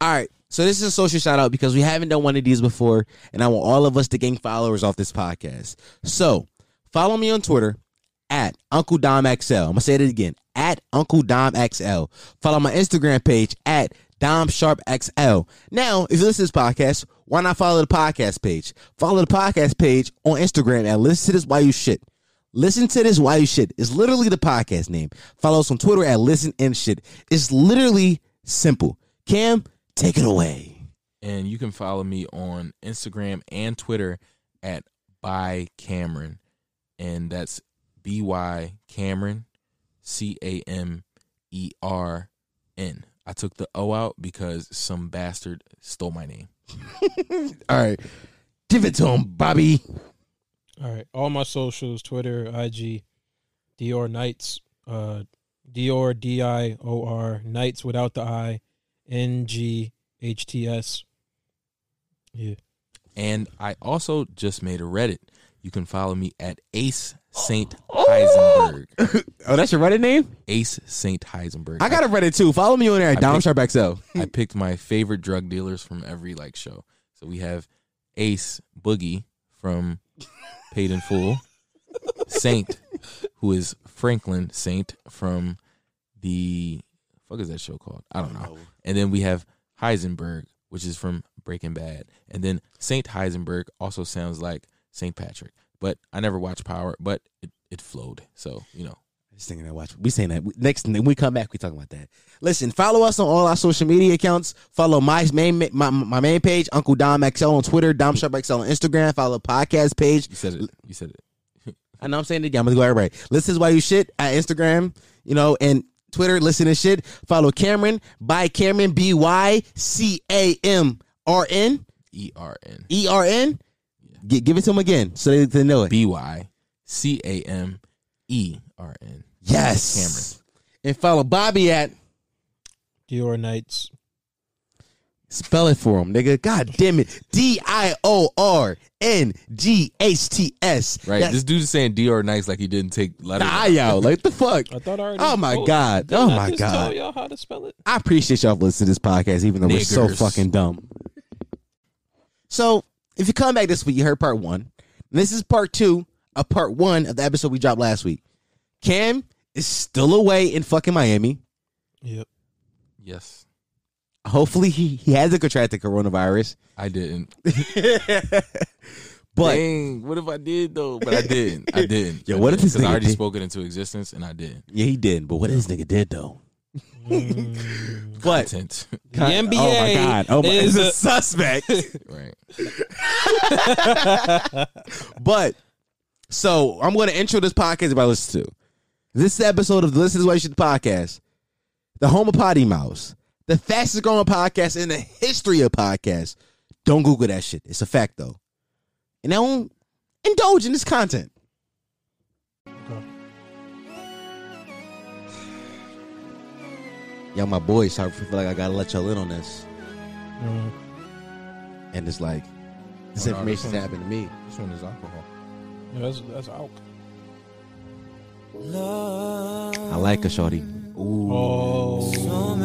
All right. So this is a social shout out because we haven't done one of these before, and I want all of us to gain followers off this podcast. So follow me on Twitter at Uncle Dom XL. I'm gonna say it again at Uncle Dom XL. Follow my Instagram page at Dom Sharp XL. Now, if you listen to this podcast, why not follow the podcast page? Follow the podcast page on Instagram and listen to this while you shit. Listen to this while you shit. It's literally the podcast name. Follow us on Twitter at listen and shit. It's literally simple. Cam, take it away. and you can follow me on Instagram and Twitter at by Cameron, and that's B Y Cameron, C A M E R N. I took the O out because some bastard stole my name. All right. Give it to him, Bobby. All right. All my socials, Twitter, IG, Dior Knights, uh Dior D I O R Knights without the I, N G H T S. Yeah. And I also just made a Reddit. You can follow me at Ace Saint Heisenberg. Oh, that's your Reddit name? Ace Saint Heisenberg. I got a Reddit too. Follow me on there at I Dom picked- Sharp XL. I picked my favorite drug dealers from every like show. So we have Ace Boogie from Paid in Full, Saint, who is Franklin Saint from the fuck is that show called? I don't know. And then we have Heisenberg, which is from Breaking Bad, and then Saint Heisenberg also sounds like Saint Patrick. But I never watched Power, but it, it flowed. So you know, Just thinking that. Watch, we saying that next. When we come back, we talking about that. Listen, follow us on all our social media accounts. Follow my main my, my main page, Uncle Dom XL on Twitter, Dom Sharp XL on Instagram. Follow the podcast page. you said it. You said it. I know I'm saying it again. I'm gonna go everybody. Listen is why you shit at Instagram, you know, and Twitter. Listen to shit. Follow Cameron by Cameron B Y C A M R N E R N. E R N. Gi- Give it to them again so they, they know it. B Y C A M E R N. yes, Cameron. And follow Bobby at Dior Knights. Spell it for him, nigga. God damn it. D I O R N G H T S. Right. This dude is saying Dr. Nice like he didn't take letters. I out. Like the fuck. I thought I already Oh my told- god. Didn't Oh I my just Tell god. y'all how to spell it. I appreciate y'all for listening to this podcast, even though we're so Niggers. fucking dumb. So if you come back this week, you heard part one. And this is part two of part one of the episode we dropped last week. Cam is still away in fucking Miami. Yep. Yes. Hopefully he, he hasn't contracted coronavirus. I didn't. But Dang, what if I did though? But I didn't. I didn't. Yo, I what if didn't, this 'cause I nigga already did- spoke it into existence and I did. yeah, he didn't. But what this nigga did though. Mm. But oh Content. The NBA is a- suspect. right. but so I'm going to intro this podcast by listen to this episode of the Listen to What You Should podcast, the home of Potty Mouse, the fastest growing podcast in the history of podcasts. Don't Google that shit. It's a fact though, and don't indulge in this content. Y'all, my boys, so I feel like I gotta let y'all in on this, Mm. and it's like this Mm-hmm. Oh, no, this information's one's- happened to me. This one is alcohol. Yeah, that's that's out. I like a shorty. Ooh. Oh,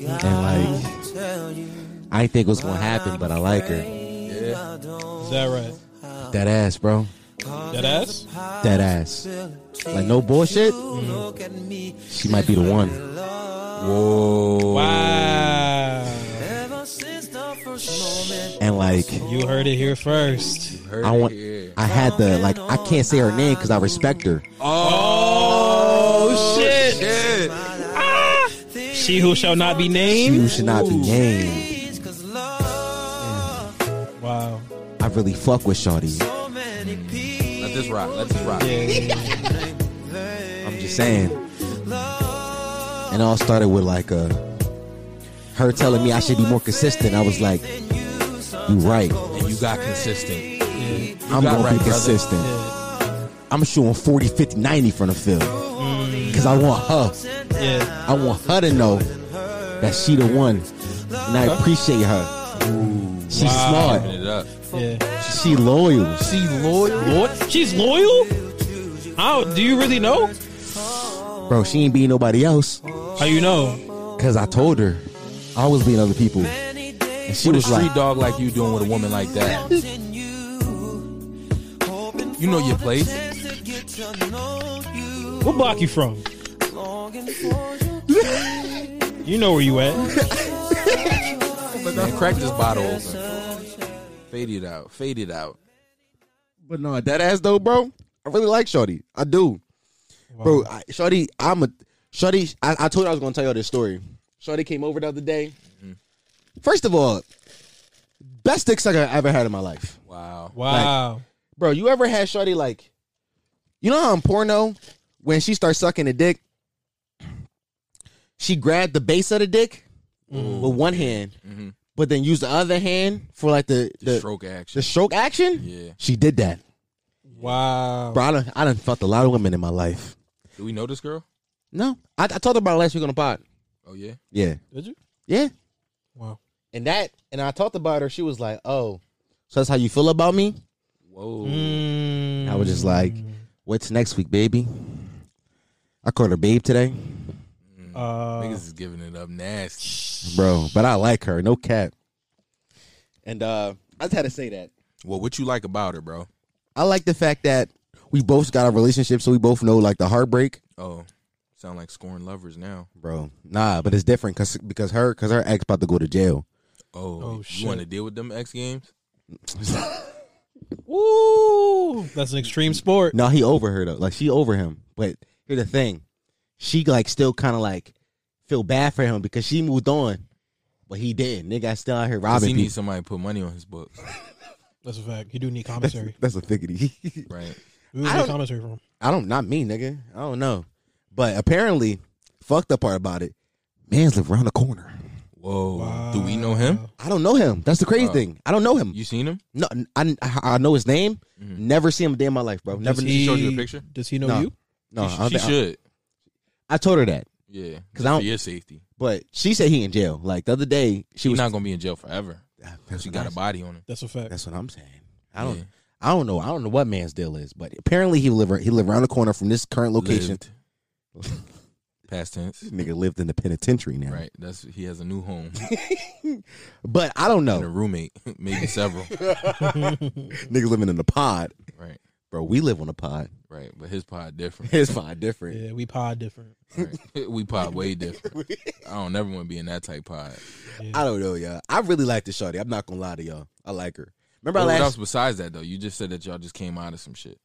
And like, I ain't think what's gonna happen, but I like her. is that right? That ass, bro. That ass. That ass. Like no bullshit. She might be the one. Whoa. Wow. And like, You heard it here first. I want. I had the like. I can't say her name because I respect her. Oh shit. She who shall not be named. You should not be named. Wow. I really fuck with shorty. Let this rock. Let this rock. Yeah. I'm just saying. And it all started with like uh her telling me I should be more consistent. I was like, you right. And you got consistent. I'm got gonna right, be brother. consistent. I'm shooting 40, 50, 90 from the field. Mm. Cause I want her. Yeah. I want her to know that she the one. And I appreciate her. She's Open it up. Yeah. smart. She loyal. She loyal. Lord, she's loyal. How do you really know? Bro, she ain't being nobody else. How you know? Cause I told her. I was being other people. And she was a street dog like you doing with a woman like that. You know your place. What block you from? You know where you at. Man, crack this bottle open. Fade it out. Fade it out. But no, that ass though, bro. I really like Shorty. I do, bro. I, Shorty, I'm a Shorty. I, I told you I was gonna tell y'all this story. Shorty came over the other day. Mm-hmm. First of all, best dick sucker I ever had in my life, Wow. Wow. bro. You ever had Shorty like, you know how in porno when she starts sucking a dick, she grabbed the base of the dick Mm-hmm. with one hand, Mhm. but then used the other hand for like the The, the, stroke the action. stroke action. yeah. She did that, Wow. bro. I done, I done fucked a lot of women in my life. Do we know this girl? No, I, I talked about it last week on the pod. Oh yeah. Yeah, Did you? yeah. Wow. And that, and I talked about her. She was like, "Oh, so that's how you feel about me?" Whoa. Mm. I was just like, "What's next week, baby?" I called her babe today, Uh, Niggas is giving it up nasty. bro. But I like her, no cap. And uh I just had to say that Well, what you like about her, bro? I like the fact that we both got a relationship, so we both know like the heartbreak, Oh, sound like scorn lovers now. bro. Nah, but it's different because because her because her ex about to go to jail. Oh, Oh, you shit. want to deal with them X games? Woo! That's an extreme sport. No, he over her though. Like she over him. But here's the thing. She like still kind of like feel bad for him because she moved on, but he didn't. Nigga still out here 'Cause robbing he people. needs somebody to put money on his books, That's a fact. You do need commentary. That's a figgity. right? Who is I the don't- commentary from? I don't not me, nigga. I don't know. But apparently, fucked up part about it, man's live around the corner. Whoa. Do we know him? I don't know him. That's the crazy Oh. thing. I don't know him. You Mm-hmm. seen him? No, I, I, I know his name. Never see him a day in my life, bro. Never. Does she showed you a picture? Does he know No. you? no, I, she don't she think- I- should. I told her that, Yeah. 'Cause I don't- for your safety. but she said he in jail. Like the other day, she He's was not gonna be in jail forever. That's She what got I a body on him. That's a fact. That's what I'm saying. I don't. Yeah. I don't know. I don't know what man's deal is, but apparently he live he live around the corner from this current location. Lived. Past tense. Nigga lived in the penitentiary now, Right. That's he has a new home but I don't and a know. roommate, maybe several. Niggas living in the pod, right. bro. We live on a pod. Right. But his pod different. It's pod different. yeah, we pod different. Right. we pod way different. I don't ever want to be in that type pod. I don't know, y'all. I really like this shorty. I'm not gonna lie to y'all. I like her. Remember But I last? what else besides that though? You just said that y'all just came out of some shit.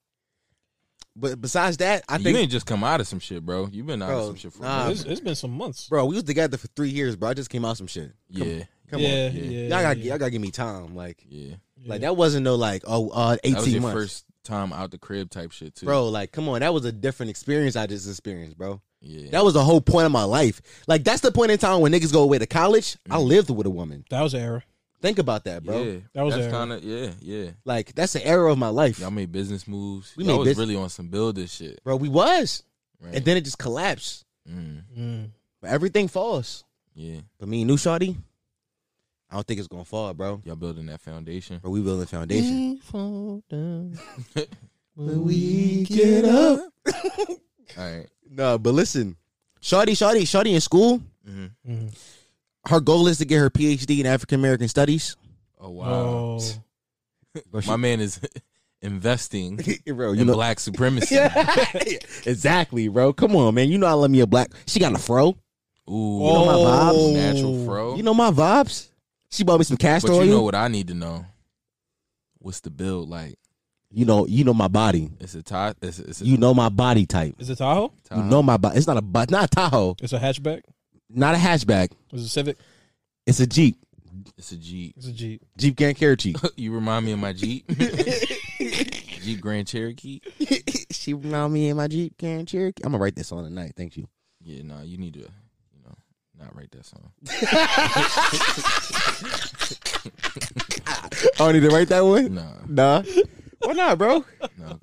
But besides that, I you think, ain't just come out of some shit, bro. You've been out Bro, of some shit for nah, a It's, minute. it's been some months. bro, we was together for three years, bro. I just came out some shit. Come- Yeah, come on. yeah, yeah. yeah, Y'all gotta, yeah. y'all gotta give me time. Like, yeah. like that wasn't no like, oh, uh, 18 That was your months. first time out the crib type shit too, bro like come on that was a different experience i just experienced bro Yeah, that was the whole point of my life like that's the point in time when niggas go away to college i Mhm. lived with a woman That was an era. think about that bro Yeah, That was that's a- kind of yeah, yeah. like that's the era of my life Y'all made business moves. We y'all made was bus- really on some building shit. bro we was Right? and then it just collapsed mm, Mm. but everything falls yeah, but me and new shawty i don't think it's gonna fall bro y'all building that foundation. bro we building the foundation we get up All right. no but listen shawty shawty shawty in school Mhm. Mm-hmm. Mm. her goal is to get her phd in african american studies Oh wow, Wow. Bro, she- my man is investing bro you in know black supremacy. Yeah, exactly, bro. Come on, man. You know I love me a black. She got a fro. Ooh, know my oh, vibes? natural fro. You know my vibes. She bought me some castor but oil. you know what I need to know? What's the build like? you know, you know my body. It's a tie. It's, it's a You know my body type. Is it Tahoe? tie. You know my body. It's not a bu- not a Tahoe, It's a hatchback. not a hatchback. It's a Civic. It's a Jeep. It's a Jeep. It's a Jeep. Jeep Grand Cherokee. Jeep. you remind me of my Jeep. Jeep Grand Cherokee. she found me in my Jeep Grand Cherokee. I'm gonna write this on tonight. Thank you. Yeah, no, you need to, you know, not write that song. Oh, I need to write that one. Nah, Nah. Why not, bro? no,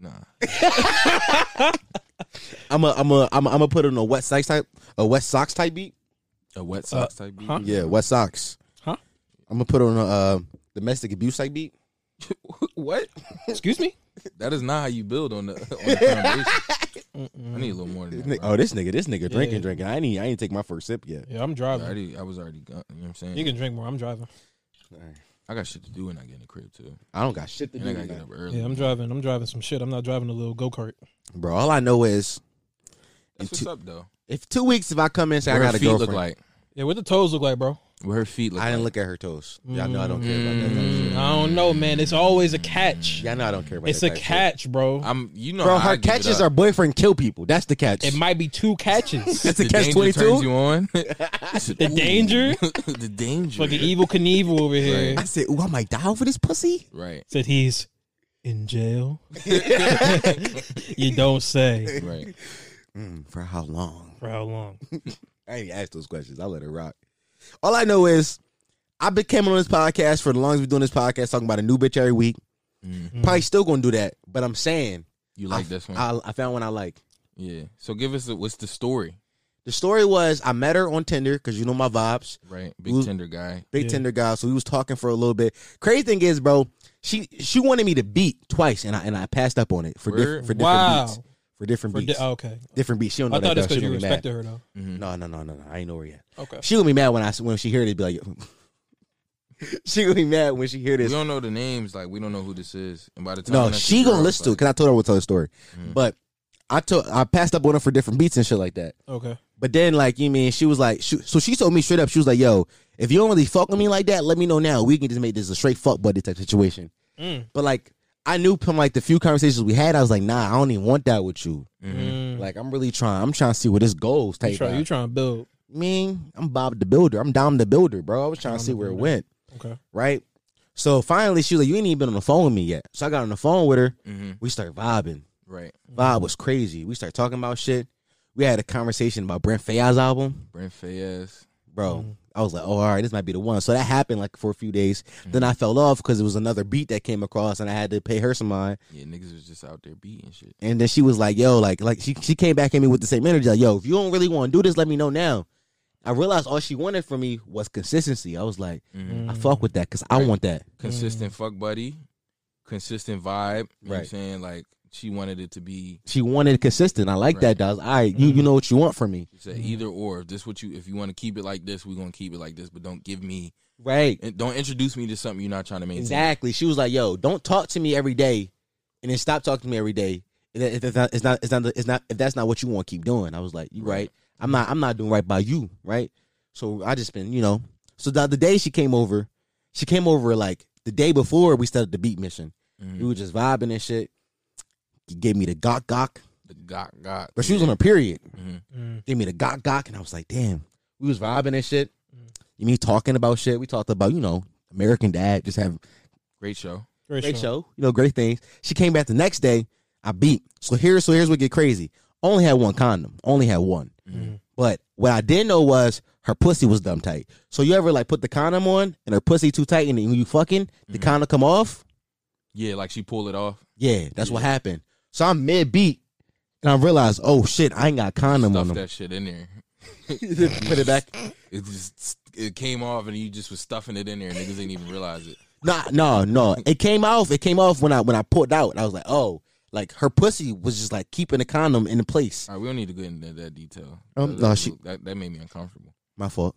nah. I'm a, I'm a, I'm a, I'm a put it on a wet socks type, a wet socks type beat. A Uh, wet socks type beat. huh? Yeah, wet socks. Huh? I'm gonna put on a uh, domestic abuse type beat. what? Excuse me. That is not how you build on the, on the foundation. I need a little more than This that. nigga- bro. oh, this nigga, this nigga drinking, Yeah. drinking. I ain't, e- I ain't take my first sip yet. Yeah, I'm I, driving. already, I was already gone. You know what I'm saying? You can drink more. I'm driving. I got shit to do when I get in the crib, too. I don't got shit to And I do, got to tonight. get up early. Yeah, I'm driving. I'm driving some shit. I'm not driving a little go kart. bro. All I know is in That's what's two- up, though. if two weeks if I come in, say What I her got a feet girlfriend. look like. Yeah, what the toes look like, bro? What her feet look I like. didn't look at her toes. Y'all know I don't care about that. Type of Mm, shit. I don't know, man. It's always a catch. Y'all know I don't care about it's that. a type of catch, bro. I'm, you know, shit. bro. how I Her give it catches up. her boyfriend kill people. That's the catch. It might be two catches. That's the The catch danger twenty turns two. you on. the danger, the danger. fucking evil Knievel over here. I said, "Ooh, I might die over this pussy." Right. Said he's in jail. you don't say Right. Mm, for how long? for how long. I ain't ask those questions. I let her rock. All I know is I became on this podcast for the longest we've been doing this podcast, talking about a new bitch every week. Mm. Mm-hmm. Probably still gonna do that, but I'm saying You like this Mm. one? I, I found one I like. yeah. So give us a, what's the story, The story was I met her on Tinder because you know my vibes, right? Big Who's- Tinder guy. big Yeah. Tinder guy. So we was talking for a little bit. Crazy thing is, bro, she she wanted me to beat twice, and I and I passed up on it for Word. different for different Wow. beats for different For di- beats oh, okay, different beats. She don't know I that thought it's though. because She you gonna be mad. respected her though. Mhm. No, no, no, no, no. I ain't know her yet. Okay, She gonna be mad when I when she hear it. Be like, she gonna be mad when she hear We this. don't know the names. Like we don't know who this is. And by the time No, that's she the gonna girl, listen to it like, because I told her I would tell the story. Mhm. But I told I passed up on her for different beats and shit like that. okay. But then like you mean she was like she, so she told me straight up she was like yo if you don't really fuck with me like that let me know now we can just make this a straight fuck buddy type situation. Mm. But like I knew from like the few conversations we had I was like nah I don't even want that with you. mhm. Mm. Like I'm really trying I'm trying to see where this goes you type. try, vibe. you trying to build? mean I'm Bob the Builder I'm Dom the Builder bro I was trying Dom to the see where it Builder. went Okay, right? So finally, she was like, "You ain't even been on the phone with me yet." So I got on the phone with her. Mhm. We started vibing. Right. Vibe was crazy. We started talking about shit. We had a conversation about Brent Faiyaz's album, Brent Fayez. bro. I was like, "Oh, all right, this might be the one." So that happened like for a few days. Then I fell off because it was another beat that came across, and I had to pay her some mind. Yeah, niggas was just out there beating shit. And then she was like, "Yo, like, like she she came back at me with the same energy. Like, yo, if you don't really want to do this, let me know now." I realized all she wanted from me was consistency. I was like, Mhm. "I fuck with that because I Right. want that." Consistent fuck buddy, consistent vibe. You know what I'm Right. saying like she wanted it to be. she wanted consistent. I like that. that. Right. Does all right? Mm-hmm. You you know what you want from me, She said either or. If this what you, if you want to keep it like this, we gonna keep it like this. But don't give me, right? Mm-hmm. and don't introduce me to something you're not trying to maintain. Exactly. She was like, "Yo, don't talk to me every day, and then stop talking to me every day. If that- if that's not, it's not, it's not, it's not. If that's not what you want, keep doing." I was like, "You right? I'm not. I'm not doing right by you, right?" So I just been, you know. So the other day she came over, she came over like the day before we started the beat mission. Mhm. We were just vibing and shit. She gave me the gawk gawk, The got got. but she was on a period. Mhm. Mm. gave me the gawk gawk, and I was like, damn, we was vibing and shit. Mm. You mean talking about shit? We talked about, you know, American Dad, just having Great show. great, great show. show, you know, great things. She came back the next day, I beat. So here's so here's what get crazy. Only had one condom, only had one. Mhm. But what I didn't know was her pussy was dumb tight. So you ever like put the condom on and her pussy too tight, and then when you fucking the condom come off? Yeah, like she pulled it off. Yeah, that's what happened. So I'm mid beat. And I realized, oh shit, I ain't got condom Stuff on them. that shit in there. Put it back. It just it came off and you just was stuffing it in there. Niggas didn't even realize it. Nah, no, no. It came off. It came off when I when I pulled out. And I was like, oh, like her pussy was just like keeping the condom in place. All right, we don't need to go into that detail. Um, that, no, that- she- that, that made me uncomfortable. My fault.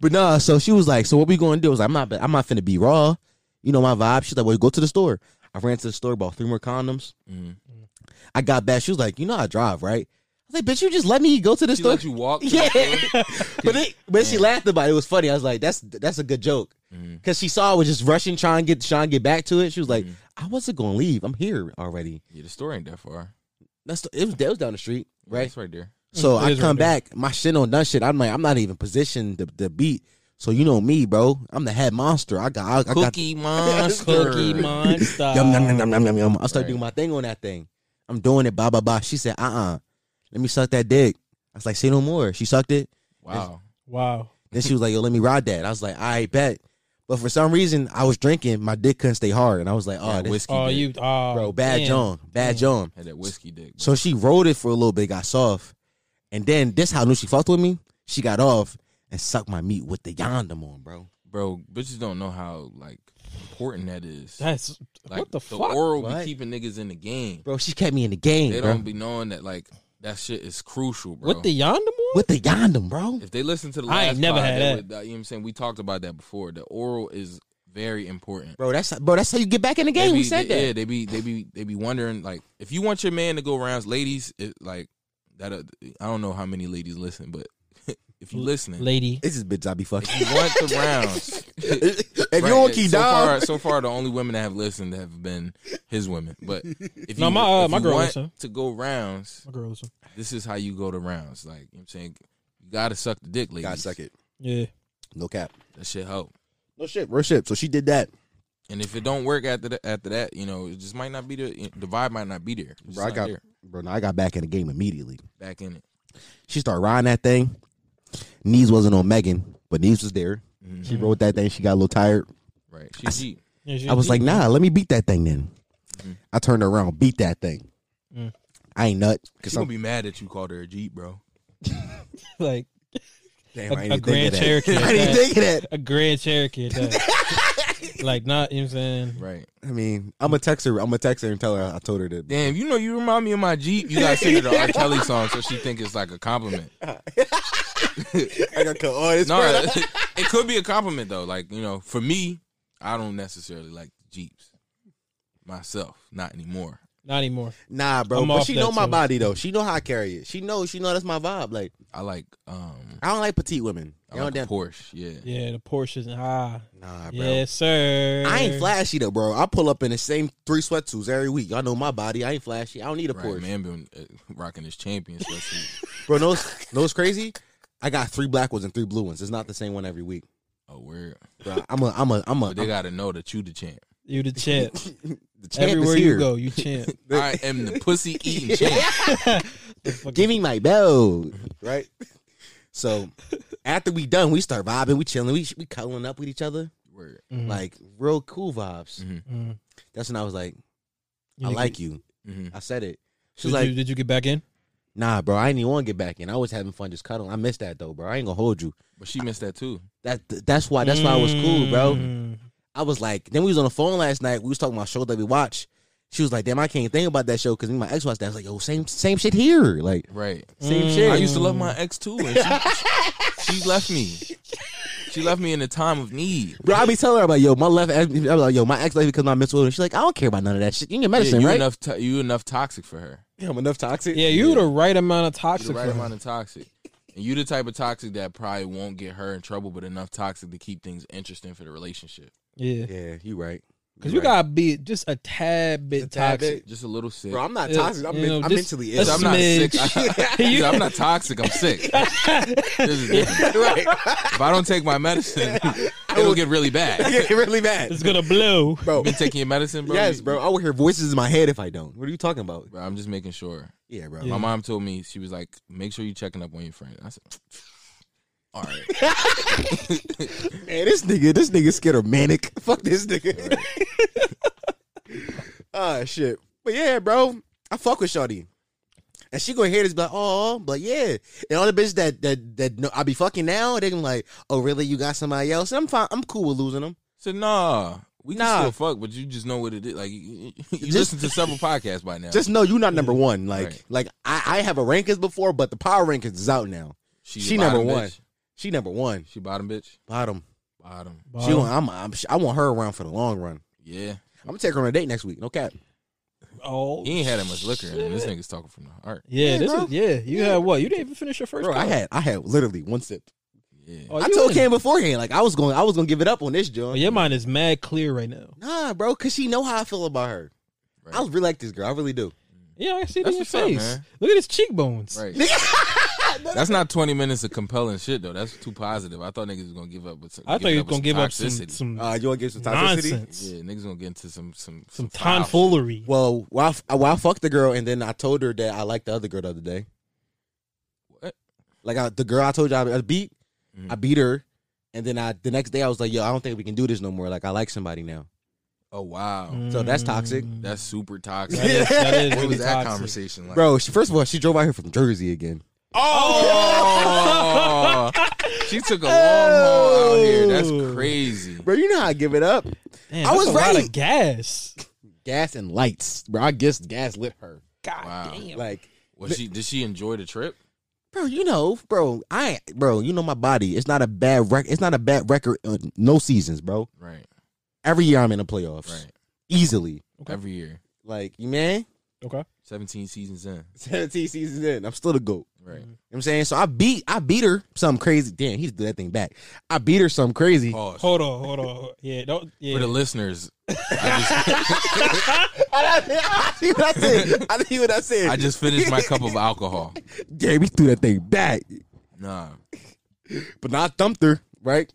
but nah, so she was like, so what we gonna do? I was like, I'm not I'm not finna be raw. You know my vibe. She's like, well, go to the store. I ran to the store, bought three more condoms. Mm-hmm. I got back. She was like, you know I drive, right? I was like, bitch, you just let me go to the She store. let you walk. to the yeah. store? but it, but she laughed about it. It was funny. I was like, that's that's a good joke. Mhm. Cause she saw I was just rushing, trying to get trying to get back to it. She was like, I wasn't gonna leave. I'm here already. Yeah, the store ain't that far. That's the, it was that was down the street, right? It's right there. So It I is come right there. back, my shit on done shit. I'm like, I'm not even positioned to, to beat. So you know me, bro. I'm the head monster. I got I, I got Cookie monster. Cookie Monster. yum yum yum yum yum yum yum. I start Right. doing my thing on that thing. I'm doing it, ba ba ba. She said, uh uh let me suck that dick. I was like, say no more. She sucked it. Wow. Wow. Then she was like, yo, let me ride that. I was like, I bet. But for some reason, I was drinking. My dick couldn't stay hard, and I was like, oh, That this whiskey. Oh, dick. you, oh, bro, bad damn. John, bad Mm. John. had that whiskey dick. bro. So she rode it for a little bit, got soft, and then this how I knew she fucked with me. She got off and sucked my meat with the yondom on, bro. bro, bitches don't know how like important that is. That's like what the, the fuck. oral What? be keeping niggas in the game. bro. She kept me in the game, They bro. don't be knowing that like that shit is crucial, bro. What the yonder one? With the yondom, bro. if they listen to the I last ain't never pod, had they that. would- uh, you know what I'm saying? We talked about that before. The oral is very important. Bro, that's bro. That's how you get back in the game. They We be- said they- Yeah, that. they be they be they be wondering like if you want your man to go rounds, ladies, it, like that. uh, I don't know how many ladies listen, but if you listening, Lady. This is bitch I be fucking. you want the rounds. if Right, you don't keep so down, far, so far the only women that have listened have been his women. But if No, you, my, uh, if my you girl want listen. to go rounds, My girl, listen. this is how you go to rounds. Like you know what I'm saying, you gotta suck the dick, ladies. God suck it. Yeah. No cap. That shit help. No shit. Real shit. So she did that. And if it don't work after that, after that, you know, it just might not be the the vibe might not be there. It's just Bro, I not got there. bro. Now I got back in the game immediately. back in it. She started riding that thing. Knees wasn't on Megan, but knees was there. Mhm. She rode that thing. She got a little tired. Right. She's deep. Yeah, she- I was like, nah, let me beat that thing then. Mhm. I turned around, beat that thing. Mm. I ain't nut. She's Cause gonna I'm, be mad that you called her a Jeep, bro. like damn, a- I a didn't think Grand of that. Cherokee I at didn't that. think of that. a Grand Cherokee. at that. like not, you know what I'm saying? Right. I mean, I'm gonna text her. I'm gonna text her and tell her I told her to. Damn, you know you remind me of my Jeep. You gotta sing her the R. Kelly song so she think it's like a compliment. I gotta oh, cut all this. No, bread. it, it could be a compliment though. Like, you know, for me, I don't necessarily like Jeeps. Myself. Not anymore. Not anymore. nah, bro. I'm but off she that know my too. body though. She know how I carry it. She knows. She know that's my vibe. Like I like um I don't like petite women. I You know like a damn. Porsche, yeah. Yeah, the Porsches and ah, Nah, bro. yes sir. I ain't flashy though, bro. I pull up in the same three sweatsuits every week. Y'all know my body. I ain't flashy. I don't need a Right, Porsche, man been uh, rocking his champion sweatsuit. bro. Knows knows crazy. I got three black ones and three blue ones. It's not the same one every week. oh, weird. Bro, I'm a I'm a I'm a. But they gotta know that you the champ. You the champ. the champ Everywhere is here. you go, you champ. I am the pussy eating champ. Give me my belt, right? So after we done, we start vibing, we chilling, we we cuddling up with each other, Word. Mhm. like real cool vibes. Mhm. Mhm. That's when I was like, You I didn't like get- you. Mhm. I said it. She Did, was like, you, did you get back in? Nah, bro, I ain't even want to get back in. I was having fun just cuddling. I missed that though, bro. I ain't gonna hold you. But she missed that too. That that's why that's why I was cool, bro. Mm. I was like, then we was on the phone last night. We was talking about show that we watch. She was like, damn, I can't think about that show because me and my ex watched that. I was like, yo, same same shit here, like Right. same Mm. shit. I used to love my ex too, and she, she left me. She left me in a time of need. Bro, I be telling her about yo, my left, ex, I'm like, yo, my ex left because my mental illness. She's like, I don't care about none of that shit. You can get Yeah, medicine, you right? enough. To- you enough toxic for her. Yeah, I'm enough toxic. Yeah, you the right amount of You toxic. the right for amount of toxic, and you the type of toxic that probably won't get her in trouble, but enough toxic to keep things interesting for the relationship. yeah, yeah, you right. because You you right. gotta be just a tad bit Just a tad toxic. Just a little sick. bro, I'm not Yeah, toxic. I'm, you men- know, I'm just mentally a ill. So I'm not sick. I, You- am not toxic. I'm sick. This is different. right. If I don't take my medicine, it'll get really bad. Get really bad, It's gonna blow. bro. Been taking your medicine, bro. Yes, You- bro. I will hear voices in my head if I don't. What are you talking about? Bro, I'm just making sure. Yeah, bro. My Yeah. mom told me she was like, "Make sure you checking up on your friend." I said, "All right." Man, this nigga, this nigga scared of manic. Fuck this nigga. Ah shit. But yeah, bro, I fuck with Shawty. And she gonna hear this, be like, oh, but yeah. And all the bitches that that that know, I be fucking now, they gonna be like, oh really? You got somebody else? And I'm fine. I'm cool with losing them. So nah, we can Nah. still fuck, but you just know what it is. Like you, you Just- listen to several podcasts by now. Just know you not number one. Like Right. like I, I have a rankings before, but the power rankings is out now. a she number bottom one. bitch. She number one. She bottom bitch. Bottom. Bottom. She want, I'm, I'm I want her around for the long run. Yeah. I'm gonna take her on a date next week. No cap. oh, He ain't had that much liquor, and this nigga's talking from the heart. Yeah, Yeah, this bro. is yeah. You had what? You didn't even finish your first. Bro, I cup. had I had literally one sip. Yeah. Oh, I you told in. Cam beforehand, like I was going, I was gonna give it up on this Oh, joint. your mind is mad clear right now. Nah, bro, cause she know how I feel about her. Right. I really like this girl. I really do. Yeah, I see it That's in your what's up, face. man. Look at his cheekbones. Right. That's not twenty minutes of compelling shit though. That's too positive. I thought niggas was gonna give up with. Some, I thought it you was with gonna give up some toxicity. Ah, some Uh, you wanna give some toxicity? nonsense, Yeah, niggas gonna get into some some some foul shit. tomfoolery. Well, well I, f- well, I fucked the girl, and then I told her that I liked the other girl the other day. What? Like I, the girl I told you I, I beat, Mhm. I beat her, and then I the next day I was like, yo, I don't think we can do this no more. Like I like somebody now. Oh wow, So that's toxic. Mm. that's super toxic. Mm-hmm. That is, that is what really was that toxic. conversation like? Bro, she, first of all, she drove out here from Jersey again. Oh, She took a long haul out here. That's Oh. crazy. Bro, you know how I give it up. Damn, I that's was a lot right. of gas. Gas and lights. Bro, I guess gas lit her. God Wow. damn. Like, Was she? Did she enjoy the trip? bro, you know, bro, I ain't- bro, you know my body. It's not a bad record. It's not a bad record. uh, No seasons, bro. Right. Every year I'm in the playoffs. Right. Easily. Okay. Every year, Like, you man, okay. seventeen seasons in. 17 seasons in. I'm still the GOAT. Right. You know what I'm saying? So I beat I beat her something crazy. Damn, he just did that thing back. I beat her something crazy. Pause. Hold on, hold on. Yeah, don't. Yeah. For the listeners, I I see what I said. I see what I just, said. I just finished my cup of alcohol. Damn, he threw that thing back. Nah. But now I thumped her, right?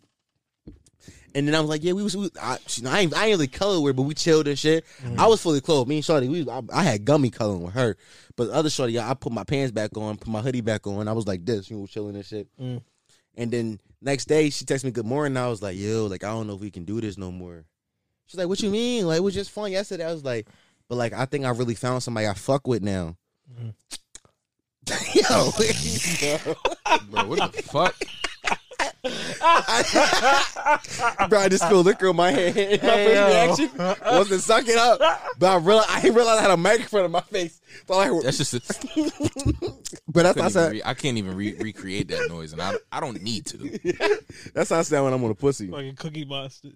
And then I was like, yeah, we was, we, I, she, I, ain't, I ain't really colored with her, but we chilled and shit. I was fully clothed. Me and Shorty, we, I, I had gummy coloring with her. But the other Shorty, I put my pants back on, put my hoodie back on. I was like this, you know, chilling and shit. Mm. And then next day, she texted me good morning. I was like, yo, like, I don't know if we can do this no more. She's like, what you mean? Like, it was just fun yesterday. I was like, but like, I think I really found somebody I fuck with now. Mhm. yo. Bro, what the fuck? Bro, I just spilled liquor on my hand. My first reaction was to suck it up, but I realized I didn't realize I had a microphone in my face. So I heard- That's just. A, but that's how I couldn't sound. even re- I can't even re- recreate that noise, and I I don't need to. That's how I sound when I'm on a pussy. Fucking cookie monster.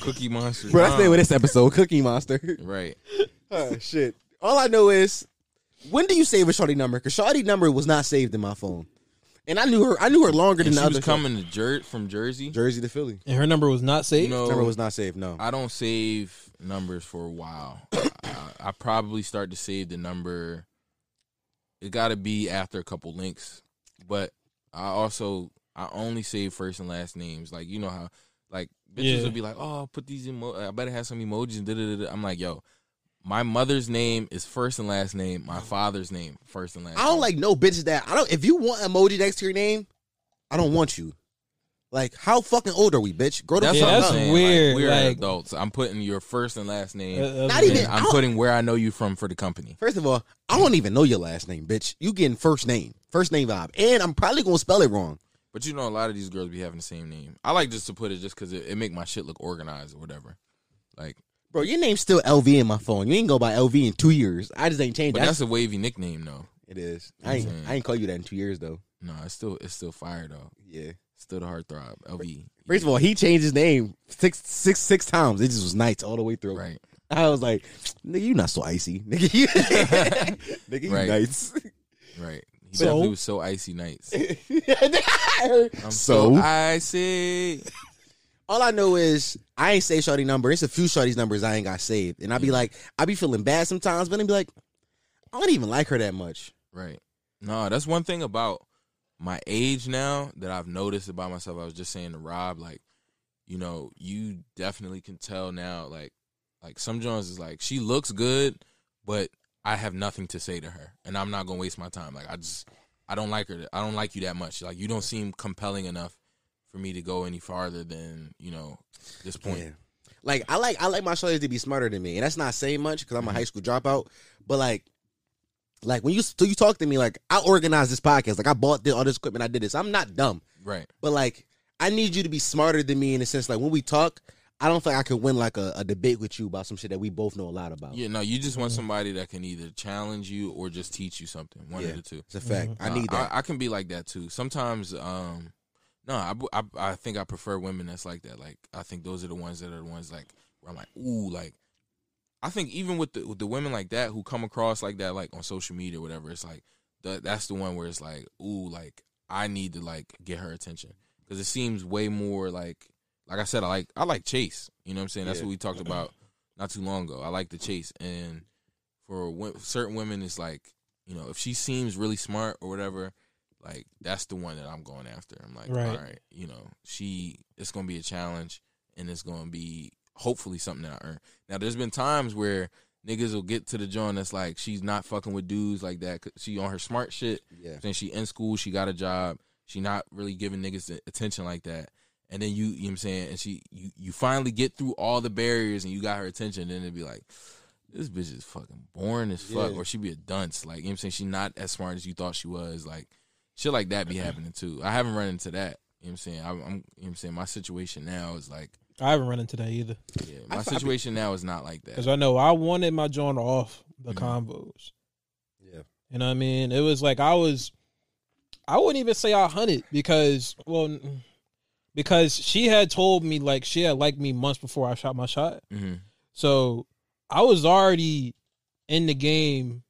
Cookie Monster. Bro, that's the name of nah. this episode, Cookie Monster. Right. oh, shit. All I know is, when do you save a Shawty number? Because Shawty number was not saved in my phone, and I knew her. I knew her longer And than the she other. was Shorty. coming to Jer- from Jersey. Jersey to Philly. and her number was not You saved. know, Number was not saved. No. I don't save numbers for a while. I, I probably start to save the number. It got to be after a couple links, but I also I only save first and last names. Like you know how like bitches Yeah. would be like, oh, put these emo. I better have some emojis. Da, da, da, da. I'm like, yo, my mother's name is first and last name. My father's name first and last. I don't name. like no bitches that I don't. If you want emoji next to your name, I don't want you. Like, how fucking old are we, bitch? Grow the That's Yeah, fuck what I'm up. that's saying. weird, Like, we're like- adults. I'm putting your first and last name. Uh, uh, Not and even- I'm I'll- putting where I know you from for the company. First of all, I don't even know your last name, bitch. You getting first name, first name vibe, and I'm probably gonna spell it wrong. But you know, a lot of these girls be having the same name. I like just to put it just because it, it make my shit look organized or whatever. Like, Bro, your name's still LV in my phone. You ain't go by LV in two years. I just ain't changed. but That's, that's a wavy nickname though. it is. I ain't. Mhm. I ain't call you that in two years though. No, it's still it's still fire though. Yeah. Still the heartthrob, LV. First of all, he changed his name six, six, six times. It just was nights all the way through. right, I was like, nigga, you not so icy, nigga. You, nigga, you Right. nice. right. He So- definitely was so icy nights. I'm so, so icy. all I know is I ain't say Shorty number. It's a few Shorty's numbers I ain't got saved, and I be like, I be feeling bad sometimes, but I be like, I don't even like her that much. Right. No, that's one thing about my age now that I've noticed about myself. I was just saying to Rob, like, you know, you definitely can tell now, like, like some Jones is like, she looks good, but I have nothing to say to her, and I'm not gonna waste my time. Like, I just, I don't like her. I don't like you that much. Like, you don't seem compelling enough for me to go any farther than you know this point. Yeah. Like I like I like my shorties to be smarter than me, and that's not saying much because I'm a high school dropout. But like, like when you so you talk to me, like I organized this podcast, like I bought this, all this equipment, I did this. I'm not dumb, Right. but like I need you to be smarter than me in a sense. Like when we talk, I don't think I could win like a, a debate with you about some shit that we both know a lot about. Yeah. No, you just Mm-hmm. want somebody that can either challenge you or just teach you something. One Yeah. of the two. It's a fact. Mm-hmm. I need that. I, can be like that too. Sometimes, um, no, I, bu- I I think I prefer women that's like that. Like I think those are the ones that are the ones like where I'm like, ooh, like I think even with the with the women like that who come across like that, like on social media, or whatever, it's like the, that's the one where it's like, ooh, like I need to like get her attention because it seems way more like like I said, I like I like chase. You know what I'm saying? That's Yeah. what we talked about not too long ago. I like the chase, and for wo- certain women, it's like you know if she seems really smart or whatever, like that's the one that I'm going after. I'm like, Right. all right, you know, she it's gonna be a challenge, and it's gonna be hopefully something that I earn. Now, there's been times where niggas will get to the joint that's like she's not fucking with dudes like that. 'cause She on her smart shit. yeah. Then she in school, she got a job. She not really giving niggas the attention like that. And then you, you know what I'm saying, and she you you finally get through all the barriers and you got her attention, then it'd be like, This bitch is fucking boring as fuck. Yeah. Or she be a dunce. Like, you know what I'm saying? She not as smart as you thought she was. Like, shit like that be happening too. I haven't run into that. You know what I'm saying? I'm, I'm you know what I'm saying my situation now is like I haven't run into that either. yeah, I my thought- situation now is not like that. Because I know I wanted my joint off the Mhm. combos. Yeah. You know what I mean? It was like I was I wouldn't even say I hunted because well n- because she had told me like she had liked me months before I shot my shot. hmm So I was already in the game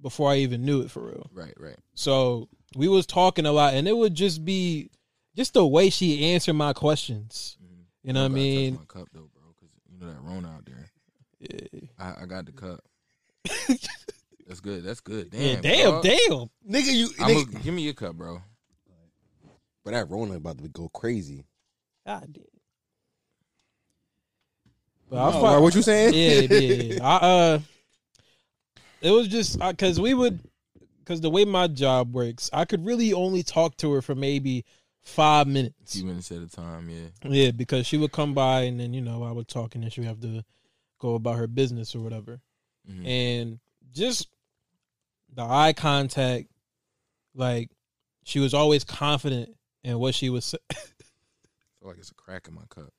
before I even knew it for real. Right, right. So we was talking a lot and it would just be just the way she answered my questions. Mhm. You know what I gotta touch mean? My cup though, bro, because you know that Rona out there. Yeah. I, I got the cup. that's good. That's good. Damn, Yeah, damn, dog. damn. Nigga, you I'm nigga. a- give me your cup, bro. But that Rona about to go crazy. God damn. But I Oh, fuck- what you saying? yeah, yeah, yeah. I uh, it was just because we would, because the way my job works, I could really only talk to her for maybe five minutes. Few minutes at a time. Yeah. Yeah, because she would come by and then you know I would talk and then she would have to go about her business or whatever. Mhm. And just the eye contact, like she was always confident in what she was. sa- I feel like it's a crack in my cup.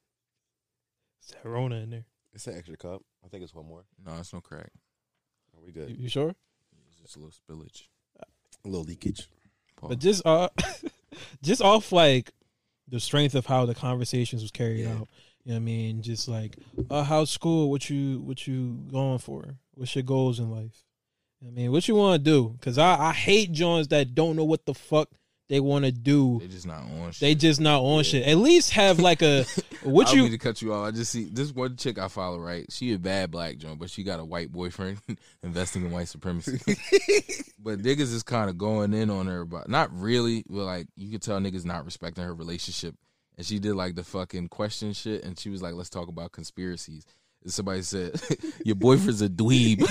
Is that Rona in there? It's an extra cup. I think it's one more. No, it's no crack. Are we You, good? you sure? It's just a little spillage. A little leakage. Paul. but just uh just off like the strength of how the conversations was carried Yeah. out you know what i mean just like uh how's school what you what you going for what's your goals in life You know what i mean what you want to do because i i hate johns that don't know what the fuck they want to do they just not on. they shit. just not on shit at least have like a what I don't you mean to cut you off. I just see this one chick I follow. Right, she a bad black joint, but she got a white boyfriend investing in white supremacy. but niggas is kind of going in on her about not really, but like you could tell niggas not respecting her relationship. And she did like the fucking question shit, and she was like, "Let's talk about conspiracies." And somebody said, "Your boyfriend's a dweeb."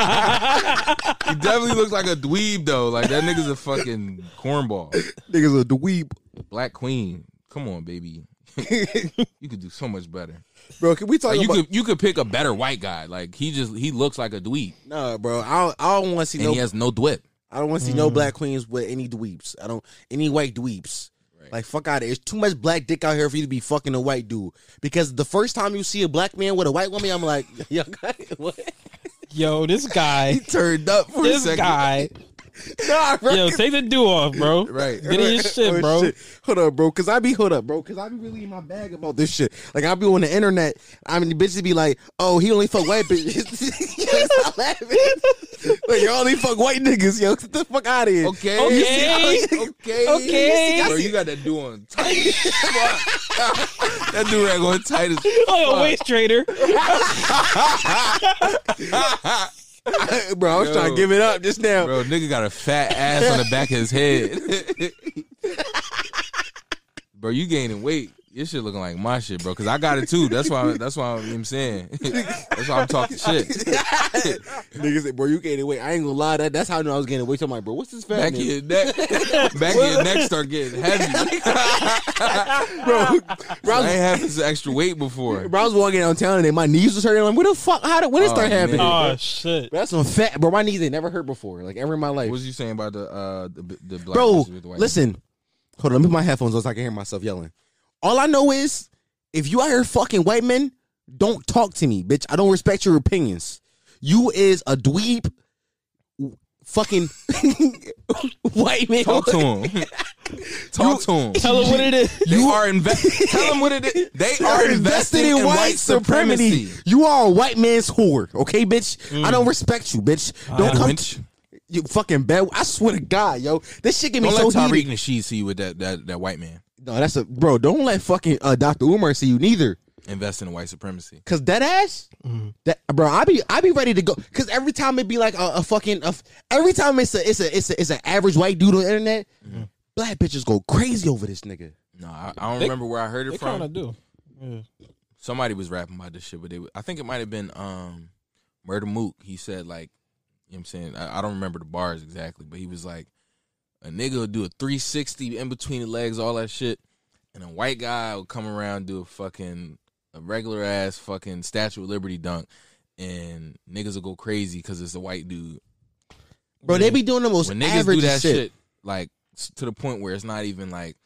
he definitely looks like a dweeb though. Like that nigga's a fucking cornball. Niggas a dweeb. Black queen. Come on, baby. you could do so much better. Bro, can we talk Like, you about could you could pick a better white guy. Like he just he looks like a dweeb No, bro. I don't, I don't want to see and no he has no dwip. I don't want to see no black queens with any dweeps. I don't any white dweeps. Right. Like fuck out of it. It's too much black dick out here for you to be fucking a white dude. Because the first time you see a black man with a white woman, I'm like, yo, what? yo this guy Turned up for this guy Nah, bro. yo take the do off bro Right, get in your shit Oh, bro Hold up, bro. Cause I be hold up, bro. Cause I be really in my bag about this shit. Like I be on the internet. I mean, the bitches be like, "Oh, he only fuck white bitches." Yo, Stop laughing. like you only fuck white niggas, yo. Get the fuck out of here. Okay. Okay. Okay. Okay. Bro, you got that dude on tight as fuck. that dude rag on tight as oh wait trader bro, I was Yo. trying to give it up just now. Bro, nigga got a fat ass on the back of his head. bro, you gaining weight. Your shit looking like my shit, bro. Cause I got it too. That's why. That's why I'm, I'm saying. that's why I'm talking shit. Niggas said, bro, you gaining weight. I ain't gonna lie, that that's how I knew I was gaining weight. So I'm like, bro, what's this fat Back of man? your neck. Back of your neck start getting heavy. Bro, bro, I I ain't was, had this extra weight before. bro, I was walking downtown and then my knees was hurting. I'm like, what the fuck? How did when did it Oh, start happening? man. oh shit Bro, that's some fat, bro. My knees they never hurt before, like ever in my What life. was you saying about the uh the, the black Bro, versus the white? listen, hold on, let me put my headphones on so I can hear myself yelling. All I know is if you out here fucking white men, don't talk to me, bitch. I don't respect your opinions. You is a dweeb, fucking white man. Talk to him. Talk to him. tell her what it is They are invest. Tell them what it is. They You are invested in, white, supremacy. You are a white man's whore, okay, bitch? I don't respect you, bitch. Don't Don't come Uh, Lynch. you fucking bad. I swear to God, yo. This shit get me Don't let so Tariq heated. Nasheed see you with that, that that white man. No, that's a bro, don't let fucking uh, Dr. Umar see you neither. Invest in white supremacy. Cause that ass, Mm-hmm. that bro, I be I be ready to go. Cause every time it be like a, a fucking a, every time it's a it's a it's a it's an average white dude on the internet, Mm-hmm. black bitches go crazy over this nigga. No, I, I don't They- remember where I heard they it kind of from. do yeah Somebody was rapping about this shit, but they, I think it might have been um, Murder Mook. He said like, you know what I'm saying I, I don't remember the bars exactly, but he was like, a nigga would do a 360 in between the legs, all that shit, and a white guy would come around do a fucking a regular ass fucking Statue of Liberty dunk, and niggas will go crazy because it's a white dude. Bro, they be doing the most when niggas average do that shit, shit. like s- to the point where it's not even like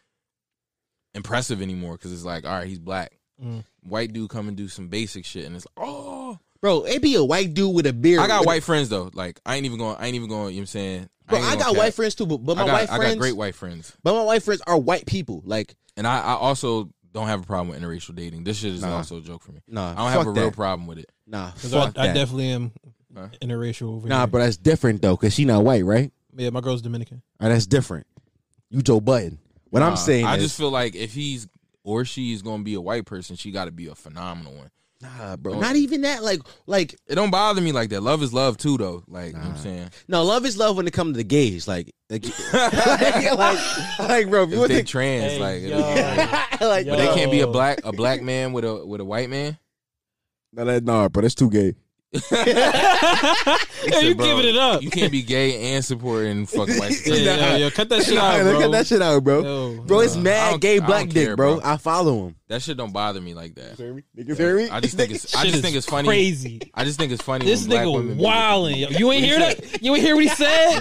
impressive anymore because it's like, all right, he's black. Mm. White dude come and do some basic shit, and it's like, oh, Bro, it be a white dude with a beard. I got with a- white friends though. Like I ain't even going. I ain't even going. You know what I'm saying? Bro, ain't I, gonna got cap. white friends too, but, but my I got, white I friends, got great white friends, but my white friends are white people. Like, and I, I also don't have a problem with interracial dating. This shit is Nah. also a joke for me. nah, I don't fuck have a real that. problem with it. Nah, Because I, fuck I that. definitely am Huh? interracial over nah, here. bro, that's different though, cause she not white, right? Yeah, my girl's Dominican. All right, that's different. You Joe Button. What Uh, I'm saying I is, just feel like if he's or she is gonna be a white person, she got to be a phenomenal one. nah, bro, not even that. Like, like, It don't bother me like that. Love is love too, though. Like you know what Nah. I'm saying, no, love is love when it comes to the gays. Like, like, like, like, like, bro, if you if want they to, trans, Hey, like, yo. like, but they no, can't be a Yo. black a black man with a with a white man. no, that, nah, bro, that's too gay. yeah, you Bro, giving it up. You can't be gay and supporting fucking white. yeah, supremacy. yeah, yeah, cut that shit Nah, out, bro. look at that shit out, bro. Yo. Bro, it's Nah, I mad don't- gay I don't black dick, care, bro. bro. I follow him. That shit don't bother me like that. hear me? Niggas hear me? I just think it's I Shit just is think it's funny. Crazy. I just think it's funny. This when black nigga women be- wilding. Yo. You ain't hear that? You ain't hear what he said?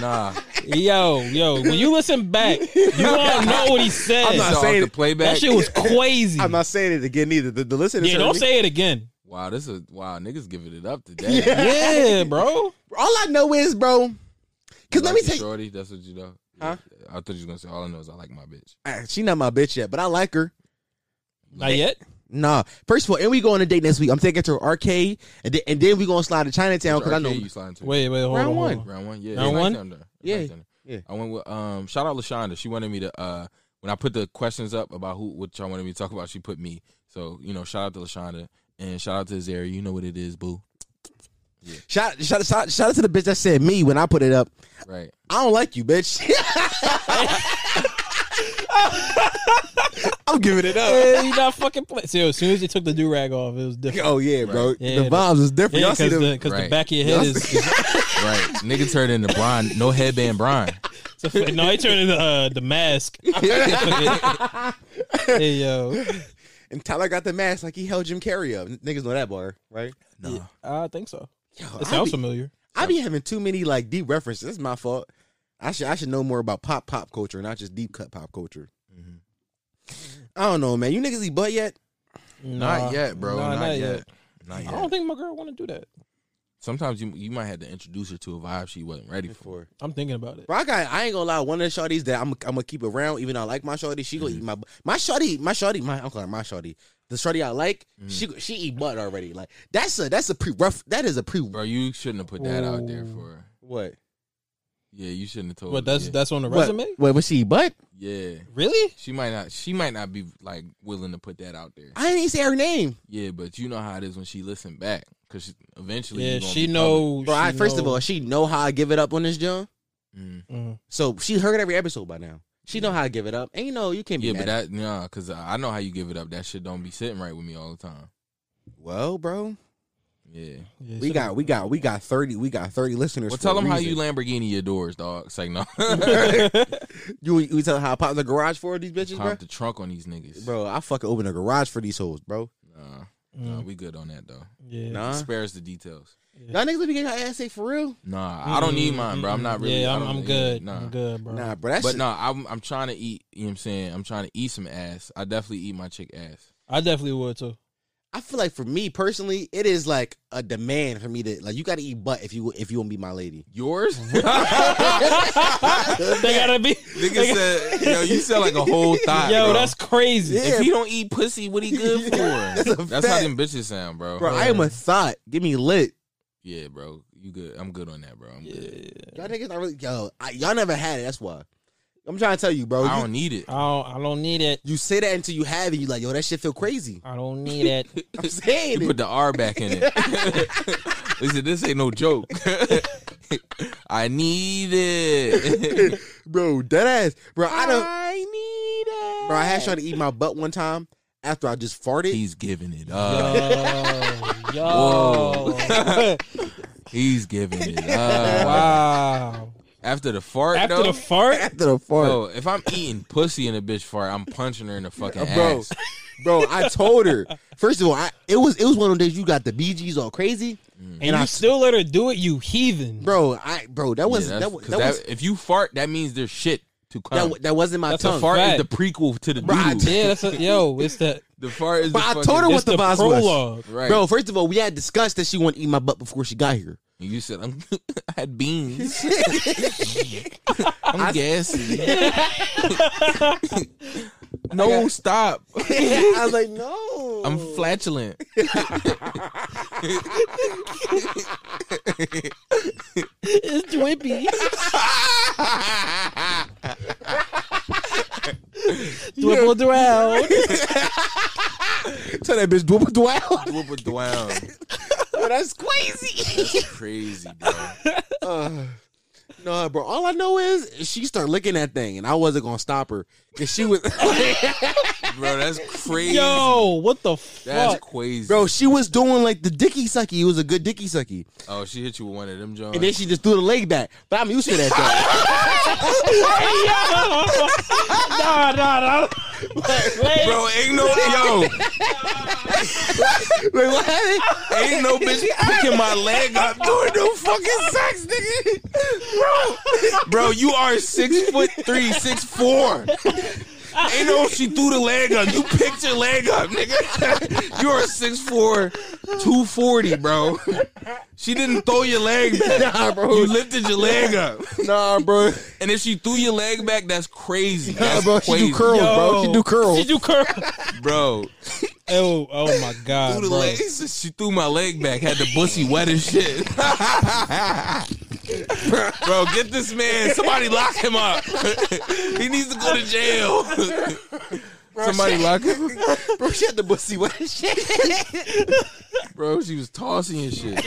Nah, Yo, yo. When you listen back, you won't know what he said. I'm not So, saying the it. playback. that shit was crazy. I'm not saying it again either. The, the listeners, yeah, heard don't me. say it again. wow, this is wow. Niggas giving it up today. Yeah. Yeah, bro. All I know is, bro. Cause You let like me your take. shorty. That's what you know. Huh? I thought you was gonna say all I know is I like my bitch. Ah, She not my bitch yet, but I like her. Not yet. Nah. First of all, and we go on a date next week. I'm taking her to an arcade, and then, and then we gonna slide to Chinatown Which because I know. arcade you sliding to? Wait, wait, hold Round on. hold one. on. Round one, yeah. Round it's nice one? down there. It's Yeah. nice down there. Yeah. I went with um. Shout out Lashonda. She wanted me to uh. When I put the questions up about who what y'all wanted me to talk about, she put me. So you know, shout out to Lashonda and shout out to Zary. You know what it is, boo. Shout, shout, shout, shout out to the bitch that said me when I put it up. Right. I don't like you, bitch. I'm giving it up. Yeah, you not fucking play. So, yo, as soon as you took the do rag off, it was different. Oh yeah, bro. Yeah, the vibes is different. Yeah, Y'all see because the, the, 'cause the Right. back of your head is. is- Right. Nigga turned into Brian. No headband Brian. it's a- no, he turned into uh, the mask. hey, yo. and Tyler got the mask like he held Jim Carrey up. N- Niggas know that bar, right? No. I think so. Yo, It I, sounds be, familiar. I be having too many like deep references. That's my fault. I should I should know more about pop pop culture, not just deep cut pop culture. Mhm. Mm-hmm. I don't know, man. You niggas eat butt yet? Not Nah. yet, bro. Nah, not, yet. Not I don't yet. think my girl want to do that. Sometimes you you might have to introduce her to a vibe she wasn't ready for. I'm thinking about it. Bro, I got I ain't gonna lie. One of the shorties that I'm I'm gonna keep around, even though I like my shorty, she Mm-hmm. gonna eat my bu- my shorty, my shorty, my uncle, my shorty. The shorty I like, she Mm. she eat butt already. Like that's a that's a pre rough. That is a pre Bro, you shouldn't have put that out there Ooh. for her. what? Yeah, you shouldn't have told. But her, that's yeah. that's on the What? resume. Wait, was she eat butt? yeah. Really? She might not. She might not be like willing to put that out there. I didn't even say her name. Yeah, but you know how it is when she listen back because eventually. Yeah, you gonna she be knows. Bro, she I, first of know- all, she know how I give it up on this John. public. Mm. Mm. So she heard every episode by now. She know how I give it up, and you know you can't be Yeah, mad. but that nah, because I I know how you give it up. That shit don't be sitting right with me all the time. well, bro, Yeah. Yeah, we she got we got we got thirty we got thirty listeners. Well, for tell a them how you reason. Lamborghini your doors, dog. It's like no, you you tell how I pop the garage for these bitches, bro. pop the trunk on these niggas. Bro, I fucking open a garage for these hoes, bro. Nah, nah, Mm. we good on that though. Yeah. Nah, Spare us the details. y'all niggas be getting your ass ate for real. Nah, I don't need Mm, mine, bro. I'm not mm, really. Yeah, I I'm, don't I'm really- good. Nah. I'm good, bro. Nah, bro, that's But no, I'm I'm trying to eat. You know what I'm saying? I'm trying to eat some ass. I definitely eat my chick ass. I definitely would too. I feel like for me personally, it is like a demand for me to like you got to eat butt if you if you want to be my lady. Yours? they gotta be. Nigga said, "Yo, you sound like a whole thigh." Yo, bro. that's crazy. Yeah. if he don't eat pussy, what he good for? That's a that's how fact. them bitches sound, bro. Bro, I am a thought. Give me lit. Yeah, bro, you good? I'm good on that, bro. I'm good. Yeah. Y'all niggas not really yo. I, y'all never had it. That's why. I'm trying to tell you, bro. I Oh, You, don't need it. I don't. Oh, I don't need it. you say that until you have it. You like yo, that shit feel crazy. I don't need it. I'm saying You put it. the R back in it. Listen, this ain't no joke. I need it. bro, dead ass, bro. I don't, I need it. bro. I had y'all to eat my butt one time after I just farted. He's giving it Yo, up. yo. Whoa. He's giving it up. wow. After the fart, After though, the fart, after the fart, Yo, if I'm eating pussy in a bitch fart, I'm punching her in the fucking bro. ass. Bro, I told her. First of all, I, it was it was one of those days you got the BGs all crazy, and, I- you still let her do it, you heathen. bro. I bro, that was that Yeah, that's- was 'cause that, was that- if you fart, that means there's shit to That, come. w- that wasn't my That's a the tongue. fart Fact. is the prequel to the Right. doodle. Yeah, that's a, yo. It's that. The fart is. But the I fucking- told her It's what the the vibes was. prologue. Right, Bro, first of all, we had discussed that she wanted to eat my butt before she got here. You said I'm, I had beans. I'm gassy. no, stop. I was like, no. I'm flatulent. It's Dwimpy. Dwibbled around. Tell that bitch dwibble dwow. Whoop a dwown. That's crazy. That's crazy, bro. Uh, no, bro. All I know is she started licking that thing, and I wasn't gonna stop her because she was, Bro, that's crazy. Yo, what the that's fuck? crazy. bro. She was doing like the dicky sucky. It was a good dicky sucky, Oh, she hit you with one of them, John. and then she just threw the leg back. But I'm used to that. Though. nah, nah, nah. bro, ain't no yo, Wait, what happened? ain't no bitch picking my leg up doing no fucking sex, nigga. Bro, bro, you are six foot three, six four. Ain't no she threw the leg up. You picked your leg up, nigga. You are six four, two forty, bro. She didn't throw your leg back. Nah, You bro. lifted your leg up. Nah, bro. And if she threw your leg back, that's crazy. Nah, That's bro. She crazy. do curls, bro. She do Oh. curls. She do curls. Bro, oh, oh my god, threw the bro. leg. She threw my leg back. Had the pussy wet as shit. bro, get this man. Somebody lock him up. he needs to go to jail. Somebody lock him. bro, she had the pussy wet. as shit. Bro, she was tossing and shit.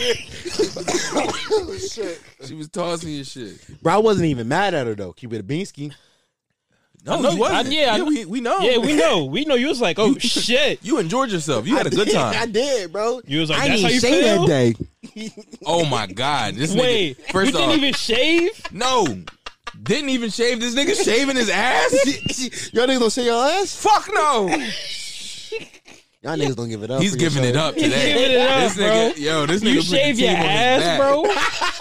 She was tossing and shit. Bro, I wasn't even mad at her though. Keep it a beansky. No, know you you- wasn't. I- yeah, I know- we, we know. Yeah, we know. We know. You was like, oh shit. You enjoyed yourself. You had a good did, I time. did, bro. You was like, I that's didn't how you shave feel? that day. Oh my god! This Wait, nigga, first you didn't off, even shave. no, didn't even shave. This nigga shaving his ass? Y'all niggas don't shave your ass? Fuck no! Y'all niggas don't give it up. He's for your giving it show. up today. giving it up, this nigga, yo, this nigga You put the shave your team on his ass, back. bro.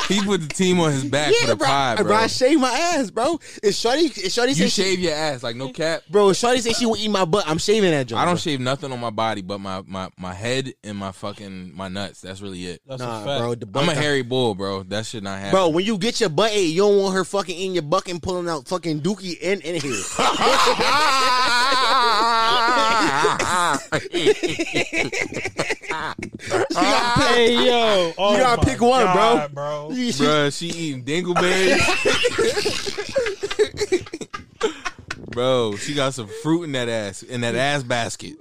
He put the team on his back for Yeah, the bro. pod, I- bro. bro. I shave my ass, bro. If Shorty, if Shorty you says, she, shave your ass like no cap. bro, if Shorty says she will eat my butt, I'm shaving that joint. I don't bro. shave nothing on my body but my my my head and my fucking my nuts. That's really it. That's a Nah, fact. bro. The butt I'm a hairy bull, bro. That should not happen. Bro, when you get your butt ate, you don't want her fucking in your bucket and pulling out fucking dookie in in here. you gotta pick, Hey yo, oh you gotta my pick one, God, bro. bro. You- Bruh, she eating dingleberries. Bro, she got some fruit in that ass in that ass basket.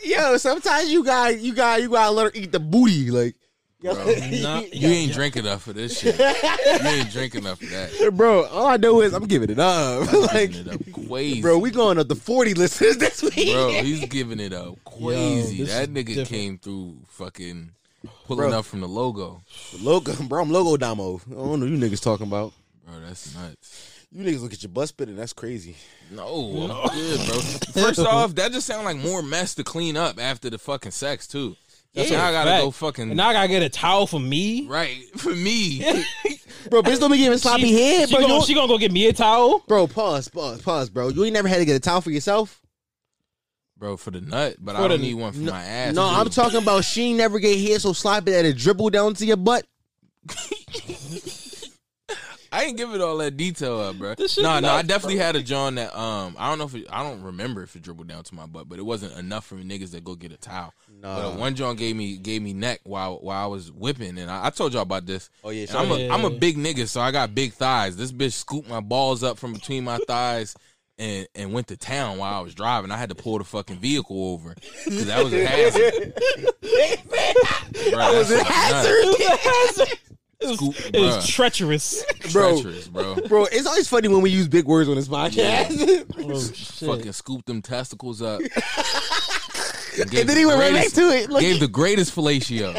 Yo, sometimes you got you got you gotta let her eat the booty, like. nah, You ain't drink enough for this shit. You ain't drink enough for that. bro, all I know is I'm giving it up. like, giving it up crazy. bro, Bro, we going up to 40 listeners this week. he's giving it up crazy. this that is nigga different. came through fucking pulling Bro. up from the logo. Logo, bro, I'm logo damo. I don't know you niggas talking about. Bro, that's nuts. You niggas look at your butt spitting. That's crazy. No, I'm good, bro. First off, that just sound like more mess to clean up after the fucking sex too. That's now a I gotta fact. go fucking And now I gotta get a towel for me. right for me. Bro, bitch, don't be giving sloppy she, head, she bro. gonna, You- she gonna go get me a towel. bro, pause, pause, pause, bro. You ain't never had to get a towel for yourself. bro, for the nut, but For I don't the- need one for my ass. no, too. I'm talking about she ain't never get head so sloppy that it dribble down to your butt. I ain't give it all that detail up, bro. This shit No, no, I nuts, definitely had a John that um I don't know if it, I don't remember if it dribbled down to my butt, but it wasn't enough for niggas that go get a towel. But one John gave me gave me neck while while I was whipping, and I, I told y'all about this. Oh yeah, And I'm a Yeah. am a big nigga, so I got big thighs. This bitch scooped my balls up from between my thighs. And, and went to town while I was driving. I had to pull the fucking vehicle over 'cause that was a hazard. Bruh, that was a that's nuts. hazard, It was, Scoop, it was bruh. treacherous. bro. Treacherous, bro. Bro, it's always funny when we use big words on this podcast. oh shit. fucking scooped them testicles up. and then he went right back to it. Like, Gave the greatest fellatio.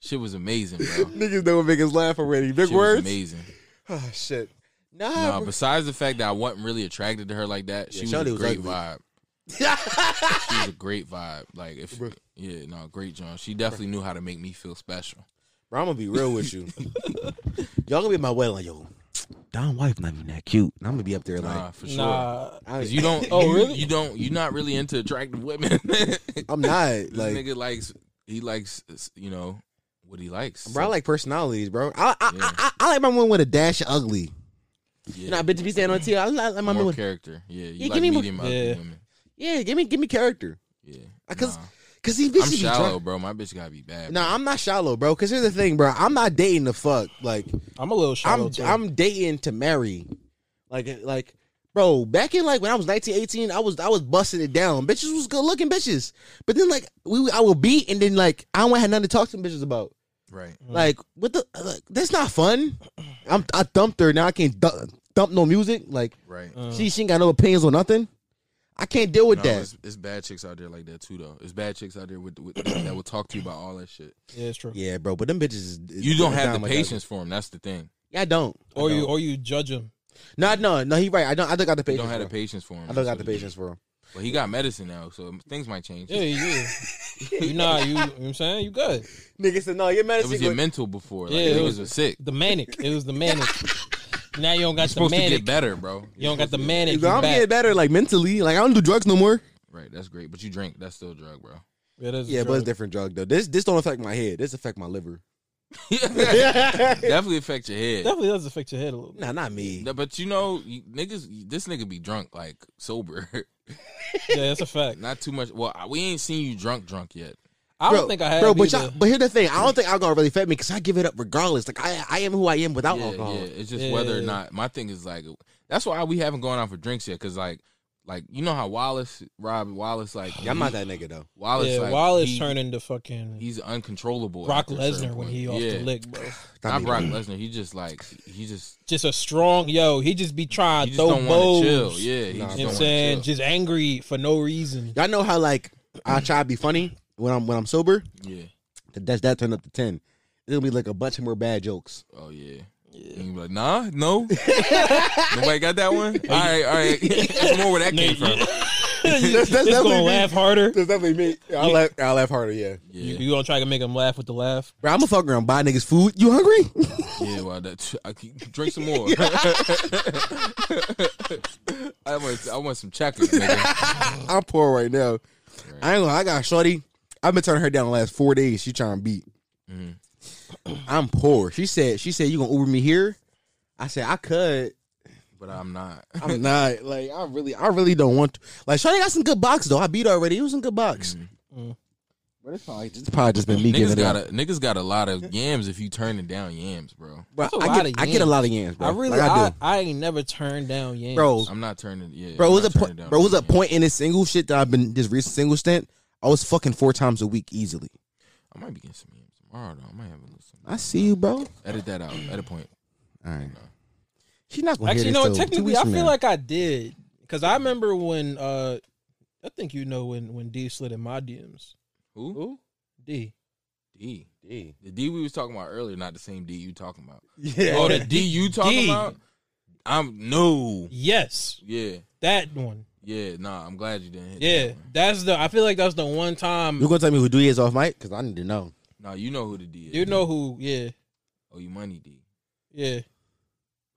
Shit was amazing, bro. Shit niggas don't make us laugh already. Big was words. amazing. Oh shit. Nah, Nah, bro. besides the fact that I wasn't really attracted to her like that, she Yeah, was Shawty a was great ugly. vibe. She was a great vibe. Like if Bruh. yeah, no, great John. She definitely knew how to make me feel special. Bro, I'm gonna be real with you. Y'all gonna be at my wedding like, yo, Don wife not even that cute. And I'm gonna be up there like, Nah, for sure. Nah, I, Cause you don't. Oh, you, really? You don't. You're not really into attractive women. this I'm not like, nigga likes. He likes. You know what he likes. bro. I like personalities, bro. I I, Yeah. I, I, I like my woman with a dash of ugly. Yeah. You know, I bet to be standing on TV. I like my more woman. with- character. Yeah, you Yeah, give like me more- medium ugly Yeah. women. Yeah, give me give me character. Yeah, Uh, 'cause nah. Cause these bitches I'm be shallow, dry- bro. My bitch gotta be bad. Nah, I'm not shallow, bro. Cause here's the thing, bro. I'm not dating the fuck. Like I'm a little shallow. I'm too. I'm dating to marry. Like like bro, back in like when I was 19, 18, I was I was busting it down. Bitches was good looking bitches. But then like we I would beat and then like I don't have nothing to talk to them bitches about. bro. right. Mm. Like what the like, that's not fun. I'm I dumped her now I can't dump, dump no music. Like Right. Uh, she she ain't got no opinions or nothing. I can't deal with No, that. It's, it's bad chicks out there like that too, though. It's bad chicks out there with, with that will talk to you about all that shit. yeah, it's true. Yeah, bro, but them bitches is- You don't it's have not the my type. patience for them. That's the thing. Yeah, I don't. I Or don't. you or you judge him. No, no, no. He right. I don't. I don't got the You patience. don't have for the him. patience for him. I don't got the patience for him. But he got medicine now, so things might change. Yeah, yeah. you nah, you. You know what I'm saying you good. Nigga said, "No, your It was your medicine." mental before. Like, Yeah, yeah, it niggas was- was, are sick. The manic. It was the manic. now you don't got the supposed to manic. get better, bro. You don't got the manic. You I'm back. getting better, like mentally. Like I don't do drugs no more. Right, that's great. But you drink, that's still a drug, bro. Yeah, that's Yeah, but it's true. different drug though. This this don't affect my head. This affect my liver. Definitely affect your head. definitely does affect your head a little. bit. Nah, not me. No, But you know, you- niggas, this nigga be drunk like sober. Yeah, that's a fact. Not too much. Well, I- we ain't seen you drunk, drunk yet. I don't Bro, think I have. Bro, but either. y'all, but here's the thing. I don't think alcohol really affect me because I give it up regardless. Like I I am who I am without yeah, alcohol. yeah. It's just Yeah, whether or yeah. not my thing is like that's why we haven't gone out for drinks yet. Cause like, like you know how Wallace, Rob Wallace, like Yeah, I'm not that nigga though. Wallace, yeah, like, Wallace he- turned into fucking He's uncontrollable. Brock after a certain Lesnar when point. he off yeah. the lick, bro. Not me. Brock mm. Lesnar. He just like he just Just a strong yo. He just be he trying to just throw don't want to chill. bows. Yeah, Nah, he just You know don't what I'm want saying? to chill. Just angry for no reason. Y'all know how like I try to be funny when I'm when I'm sober. Yeah. That's that turned up to ten. It'll be like a bunch of more bad jokes. Oh yeah. And you be like, nah, no. Nobody got that one? All right, all right. That's more where that came from. That's- that's Just gonna definitely me. laugh harder. That's definitely me. I will laugh. I laugh harder. Yeah. You, Yeah, you gonna try to make him laugh with the laugh? Bro, I'm a fuck around buy niggas food. You hungry? yeah. Well, that, I can, drink some more. I want, I want some checkers, nigga. I'm poor right now. I ain't gonna. I got shorty. I've been turning her down the last four days. She trying to beat. Mhm. I'm poor. She said. She said you gonna Uber me here. I said I could. But I'm not. I'm not like I really. I really don't want to. Like shorty got some good box though. I beat her already. It was some good box. Mhm. Mm-hmm. But it's probably, it's probably just been me giving Niggas it got up. a, niggas got a lot of yams if you turning down yams, bro. Bro, that's a I lot get. of I get a yams. lot of yams, bro. I really, Like, I, I, do. I, ain't never turned down yams, bro. I'm not turning. Yeah, Bro, I'm it was not a turning point. down Bro, it was a yams. point in this single shit that I've been this recent single stint. I was fucking four times a week easily. I might be getting some yams tomorrow though. I might have a little. Something. I see you, bro. All Edit that out. At a point. right. She's not gonna Actually, hear this you know, what? till two technically, weeks I from feel now. like I did because I remember when uh, I think you know when when D slid in my DMs. Who? Who? D. D. D. The D we was talking about earlier, not the same D you talking about. Yeah. Oh, the D you talking D. about? I'm no. Yes, Yeah, that one. yeah. Nah, I'm glad you didn't. Hit Yeah, That one. that's the. I feel like that's the one time You gonna tell me who D is off mic? Cause I need to know. Nah, you know who the D is. you know who. Yeah, Oh, you money D. yeah,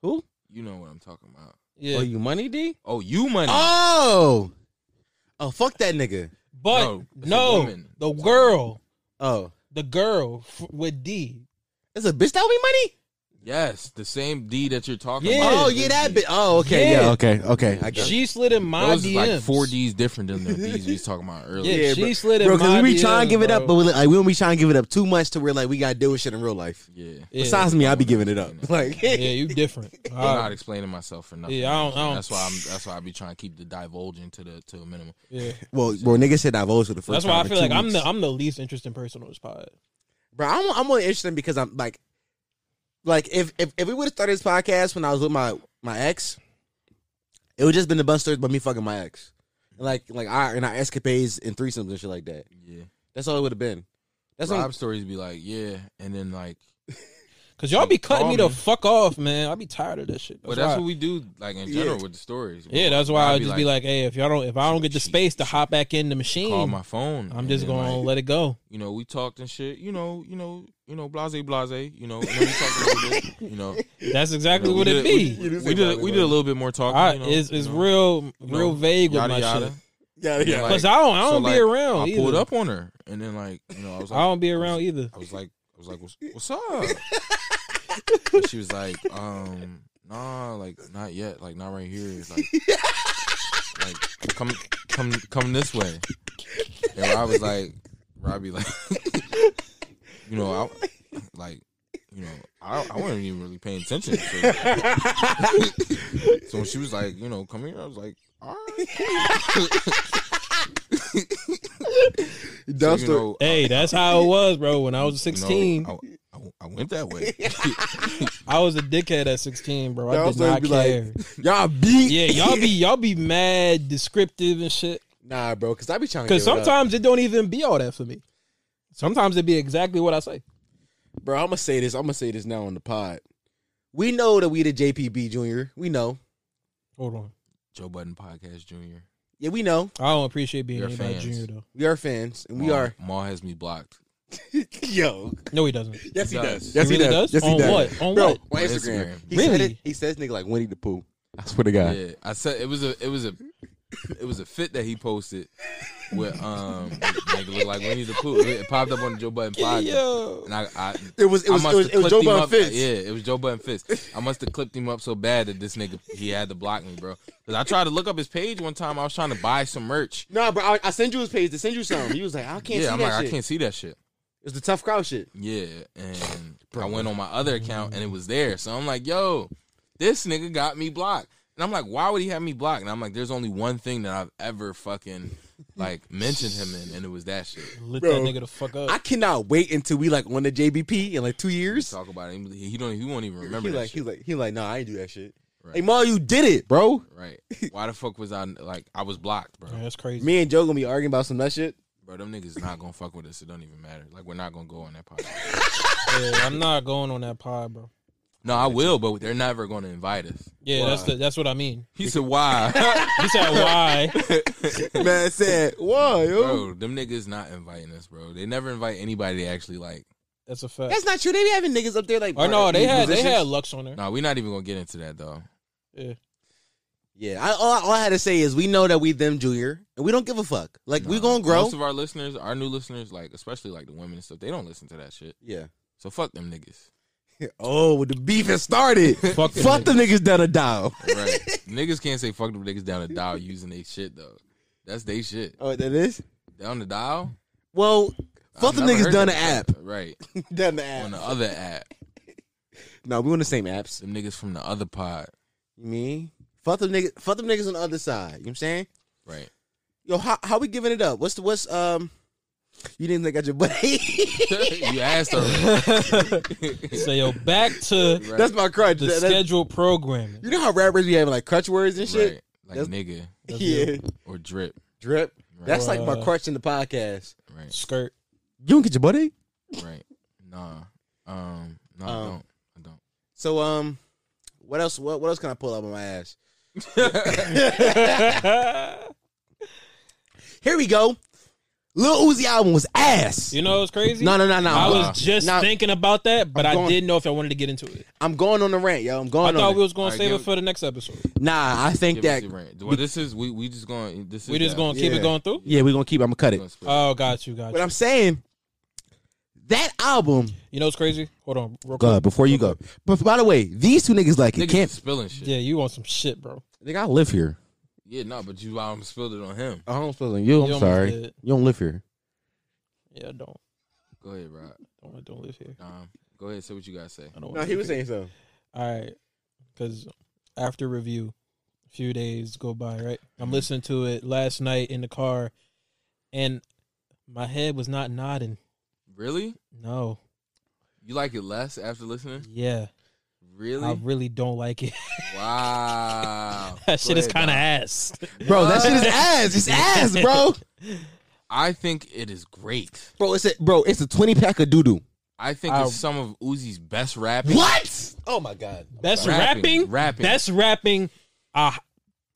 Who? You know what I'm talking about. Oh, yeah. you money D? Oh, you money. Ah. Oh. Oh, fuck that nigga. But No, it's a no, woman. the girl, Oh. the girl f- with D. It's a bitch that owe me money? Yes, the same D that you're talking Yeah. about. Oh yeah, that bitch. Oh, okay, yeah, Yeah. okay, okay. I get it. She slid in my Those DMs. is like four D's different than the D's we was talking about Yeah, earlier. Yeah, she bro. slid in Bro, my cause we be trying to DMs, give it up, but bro. we like we don't be trying to give it up too much to where like we gotta deal with shit in real life. Yeah. Yeah. Besides me, I be giving it up. Like yeah, you different. I'm Uh, not explaining myself for nothing. Yeah, I don't- I don't- That's why I'm. That's why I be trying to keep the divulging to the to a minimum. yeah. Well, bro, nigga said I voted for the first That's time why I in feel two like I'm weeks. the I'm the least interesting person on this pod. Bro, I'm I'm only interested because I'm like, like if if, if we would have started this podcast when I was with my my ex, it would just been the best stories about me fucking my ex, like like our and our escapades and threesomes and shit like that. Yeah. That's all it would have been. That's all. Rob stories be like, yeah, and then like, Cause y'all be cutting Call me the me. fuck off, man. I be tired of this shit. but that's why- what we do like in Yeah. general with the stories. yeah, that's why I I'd just be like, hey, if y'all don't, if I don't get the space to hop back in the call machine, my phone. Mm. I'm and just then, gonna like, let it go. you know, we talked and shit. You know, you know, you know, blase, blase. You know, let me talk a little bit. You know, That's exactly we what it did- be. we did we did a little bit more talking. I, you know, it's it's you know, real you real know, vague with yada, my yada. shit. Yeah, yeah. yeah. Like, Cause I don't I so, don't be like, around. I either. pulled up on her, and then like you know, I was I like, don't be around either. I was like, I was like, what's, what's up? and she was like, um, nah, like not yet, like not right here. It's Like, like come, come, come this way. And I was like, Robbie, like, you know, I like, you know, I, I wasn't even really paying attention. So, so when she was like, you know, come here, I was like, all right. So, Dumpster. you know, Hey, that's how it was, bro. When I was you know, 16, I, I, I went that way. I was a dickhead at 16, bro. I Y'all did still not be like- care. y'all beat. yeah, y'all be y'all be mad descriptive and shit. Nah, bro, because I be trying to. Because give it up. sometimes it don't even be all that for me. Sometimes it be exactly what I say. bro, I'm gonna say this. I'm gonna say this now on the pod. We know that we the JPB Junior. We know. Hold on, Joe Budden Podcast Junior. Yeah, we know. I don't appreciate being You're anybody fans. junior though. We are fans, and we Maul- are. Maul has me blocked. Oh. Yo, No, he doesn't. yes, He he does. does. Yes, he, really does. Yes, he on does. what? On Bro, what? on Instagram. On Instagram. He said Really? it, he says nigga like Winnie the Pooh. I swear to God. Yeah, I said it was a it was a it was a fit that he posted with um nigga look like Winnie the Pooh. It popped up on the Joe Button podcast. Yo. And I, I It was it was it I was, must it have was clipped Joe him Bun up. Fitz. Yeah, it was Joe Button Fist. I must have clipped him up so bad that this nigga he had to block me, bro. Cause I tried to look up his page one time. I was trying to buy some merch. Nah, bro, I, I send you his page to send you something. He was like, I can't see yeah, I'm that like shit. I can't see that shit. It's the tough crowd shit. Yeah, and I went on my other account and it was there. So I'm like, yo, this nigga got me blocked. And I'm like, why would he have me blocked? And I'm like, there's only one thing that I've ever fucking like mentioned him in, and it was that shit. Lit Bro. that nigga the fuck up. I cannot wait until we like won the JBP in like two years. Talk about it. He, he don't. He won't even remember he that like he shit. like he like, nah, I ain't do that shit. Right. Hey, Ma, you did it, bro. Right. Why the fuck was I like? I was blocked, bro. Man, that's crazy. Me and Joe gonna be arguing about some nut shit. Bro, them niggas not gonna fuck with us. It don't even matter. Like we're not gonna go on that podcast. Yeah, I'm not going on that pod, bro. No, I will, but they're never gonna invite us. Yeah, Why? that's the, that's what I mean. He said, why? He said why? Man said, why, yo? bro, them niggas not inviting us, bro. They never invite anybody they actually like. That's a fact. That's not true. They be having niggas up there like. Oh no, they in had they positions. had Lux on there. No, we're not even gonna get into that though. Yeah. Yeah, I, all, I- all I had to say is we know that we them junior, and we don't give a fuck. Like we No. gonna grow. Most of our listeners, our new listeners, like especially like the women and stuff, they don't listen to that shit. yeah. So fuck them niggas. Oh, the beef has started. Fuck them Fuck the niggas down a dial. Right? niggas can't say fuck them niggas down the dial using they shit though. That's they shit Oh, that is. down the dial. Well, fuck I've the never niggas heard down the that app. shit. Right down the on app. the other app. No, we on the same apps. Them niggas from the other pod. You mean? Fuck them niggas. Fuck them niggas on the other side. You know what I'm saying? Right. Yo, how how we giving it up? What's the what's um? You didn't think I your buddy. you asked her. So yo, back to Right. That's my crutch. the That- that's- scheduled programming. you know how rappers be having like crutch words and shit. Right. That's- Like nigga That's yeah, you. or drip. drip. Right. That's like my Uh, crutch in the podcast. Right. Skirt. You don't get your buddy. Right. Nah. Um. No, Um, I don't. So um, what else? What what else can I pull up on my ass? you Here we go. Lil Uzi album was ass. know what's crazy? No, no, no, no. I nah. was just Nah. thinking about that, but I'm I going- Oh, didn't know if I wanted to get into it. I'm going on the rant, yo. I'm I going on. thought it. we was gonna Alright, save give- it for the next episode. nah, I think Give us that. your rant. Well, this is we we just going. This is We just that. gonna keep Yeah. it going through. Yeah, we're gonna keep. I'm gonna cut We it. gonna split. Oh, got you, got But you. I'm saying that album. You know what's crazy? Hold on, real Go quick. ahead, before you go. But by the way, these two niggas like it. Niggas Can't. spilling shit. Yeah. Yeah, you want some shit, bro? Nigga, I live here. no, but you um, spilled it on him. I don't feel like you. I'm You almost sorry. did. You don't live here. Yeah, don't Go ahead, Rob. don't don't live here. Um, go ahead. Say what you gotta say. I don't. wanna live here. so. All right, because after review, a few days go by. Right, I'm Mm-hmm. listening to it last night in the car, and my head was not nodding. Really? No, You like it less after listening? yeah, Really? I really don't like it. wow. that shit Go is ahead, kind of Rob. ass. Bro, that shit is ass. It's ass, bro. I think it is great. Bro, it's a bro. It's a 20 pack of doo doo. I think I- it's some of Uzi's best rapping. What? Oh my god. Best Rapping, rapping, rapping. Best rapping. I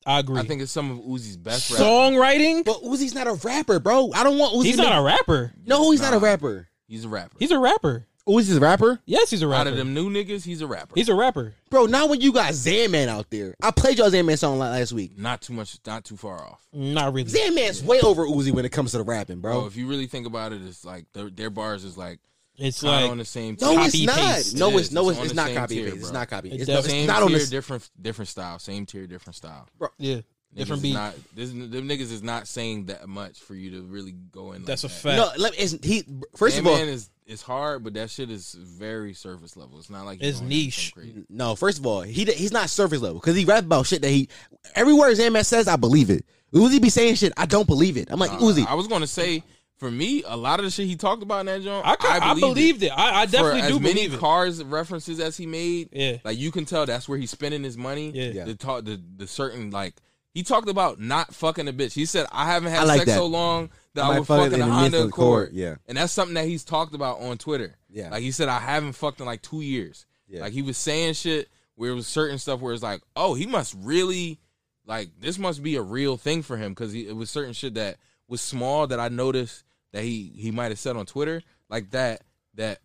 I agree. I think it's some of Uzi's best rap. songwriting. But Uzi's not a rapper, bro. I don't want Uzi. He's to not make- a rapper. no, he's not a Nah. rapper. He's a rapper. He's a rapper. Oh, is this rapper? Yes, he's a Out rapper. of them new niggas, he's a rapper. He's a rapper. Bro, not when you got Zanman out there. I played y'all Zanman song la- last week. not too much, not too far off. Not really. Zanman's way over Uzi when it comes to the rapping, Bro, bro. if you really think about it, it's like their, their bars is like It's kinda like on the same. No, tier. it's Copy not. paste. No, It it's is. no, It's it's, on it's the not same copy tier, paste. It's bro. not copy. It It's, no, it's same not on tier, this. different different style, same tier, different style. yeah, different Niggas beat. Is not, this, them niggas is not saying that much for you to really go in. Like That's a that. fact. No, let, it's, he. First of That all, man is it's hard, but that shit is very surface level. It's not like It's going into niche. some crazy- No, first of all, he he's not surface level because he rap about shit that he every word Zanman says, I believe it. Uzi be saying shit, I don't believe it. I'm like Uh, Uzi, I was gonna say for me, a lot of the shit he talked about in that joint, I, could, I, believed it. believed it. I, I definitely for as do many believe it. cars references as he made, Yeah. like you can tell that's where he's spending his money. Yeah. Yeah. The talk, the, the certain like he talked about not fucking a bitch. He said I haven't had I like sex that. so long that I I, might would fuck fuck it in in a the midst Honda of the court. Accord. Yeah. and that's something that he's talked about on Twitter. Yeah. like he said I haven't fucked in like two years. Yeah. like he was saying shit where it was certain stuff where it's like, oh, he must really like this must be a real thing for him because it was certain shit that was small that I noticed that he he might have said on Twitter like that that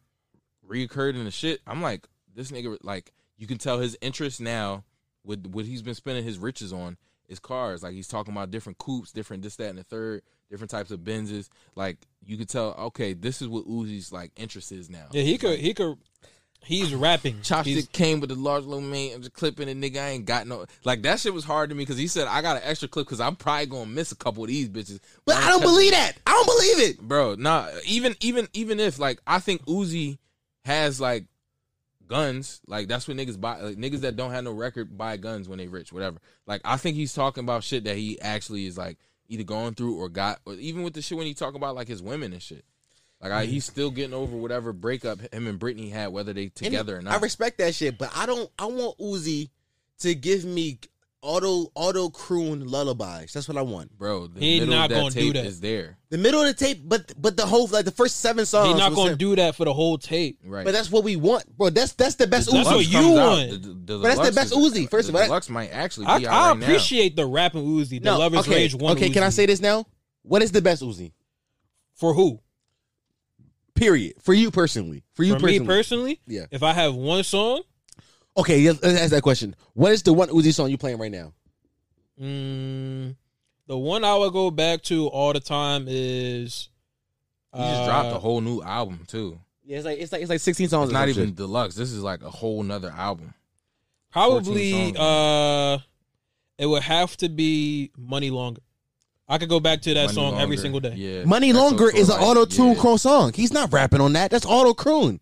reoccurred in the shit. I'm like this nigga like you can tell his interest now with what he's been spending his riches on is cars. Like he's talking about different coupes, different this that and the third, different types of Benzes. Like you could tell okay, this is what Uzi's like interest is now. Yeah, he could. He could. He's rapping. Chopstick He's- came with the large little man. I'm just clipping it, nigga. I ain't got no like that shit was hard to me because he said I got an extra clip because I'm probably gonna miss a couple of these bitches. but I don't believe that. I don't believe it. bro. Nah, even even even if like I think Uzi has like guns, like that's what niggas buy. Like, niggas that don't have no record buy guns when they rich, whatever. Like I think he's talking about shit that he actually is like either going through or got, or even with the shit when he talk about like his women and shit. Like I, he's still getting over whatever breakup him and Britney had, whether they And together or not. I respect that shit, but I don't. I want Uzi to give me auto auto croon lullabies. That's what I want. bro. The He middle not of that gonna do tape that. is there, The middle of the tape, but but the whole like the first seven songs. He's not was gonna him. do that for the whole tape. right? But that's what we want, bro. That's that's the best. That's Uzi. what you comes out. want. The- the But that's the deluxe best is- Uzi, first of all. the deluxe might actually I, be out I right now. appreciate the rapping Uzi, the Lovers Rage one. okay. Can I Uzi. say this now? What is the best Uzi? for who? Period. For you personally. For you for personally. me personally, Yeah. If I have one song, okay, let's let's ask that question. What is the one Uzi song you playing right now? mm, the one I would go back to all the time is. uh, He just dropped a whole new album too. Yeah, it's like it's like it's like sixteen songs. It's not even deluxe. This is like a whole nother album. Probably, 14 uh, it would have to be Money Longer. I could go back to that Money song every Longer. single day. Yeah, Money That's Longer also is an like- auto tune yeah. croon song. He's not rapping on that. That's auto croon.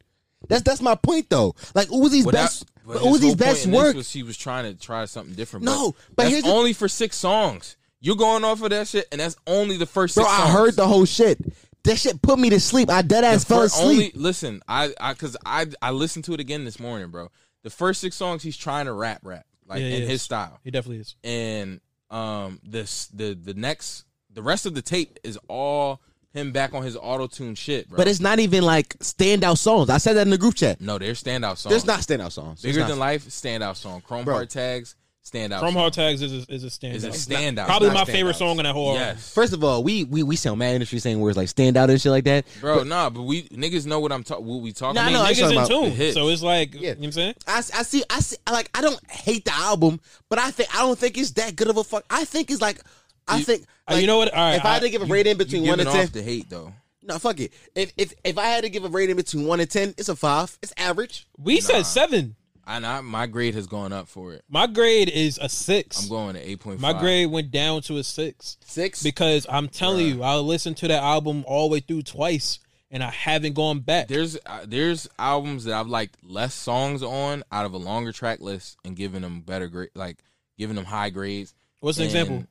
That's that's my point though. Like Uzi's Well, that- best, but his whole Uzi's point best in this work. Was he was trying to try something different. No, but, but that's here's the- only for six songs. You're going off of that shit, and that's only the first. Bro, six I songs. heard the whole shit. That shit put me to sleep. I dead ass fell fir- asleep. Only, listen, I, I, cause I, I listened to it again this morning, bro. The first six songs he's trying to rap, rap like Yeah, in yeah. his style, He definitely is. and um, this the the next the rest of the tape is all him back on his auto tune shit, bro. but it's not even like standout songs. I said that in the group chat. no, they're standout songs. There's not standout songs. There's bigger not- than life, standout song. Chrome Bro. heart tags, standout. From song. Hard Tags is a, is a standout. is a standout. Probably It's my not favorite standout. song in that whole album. Yes, First of all, we we we sound mad industry saying words like stand out and shit like that. bro. nah, but we niggas know what I'm talking. What we talking? Nah, I about. know, I niggas in talking about the tune. hits. So it's like, you Yeah. know what I'm saying? I, s- I see I see like I don't hate the album, but I think I don't think it's that good of a fuck. I think it's like I think Uh, like, you know what? All right, if I, I- had to give a rating between You one and giving ten, off the hate though. no fuck it. If if if I had to give a rating between one and ten, it's a five. It's average. We said seven. And I, my grade has gone up for it. My grade is a 6 I'm going to eight point My five. grade went down to a six Six. because I'm telling you, I listened to that album all the way through twice, and I haven't gone back. There's uh, there's albums that I've liked less songs on out of a longer track list and giving them better grade, like giving them high grades. What's an And example?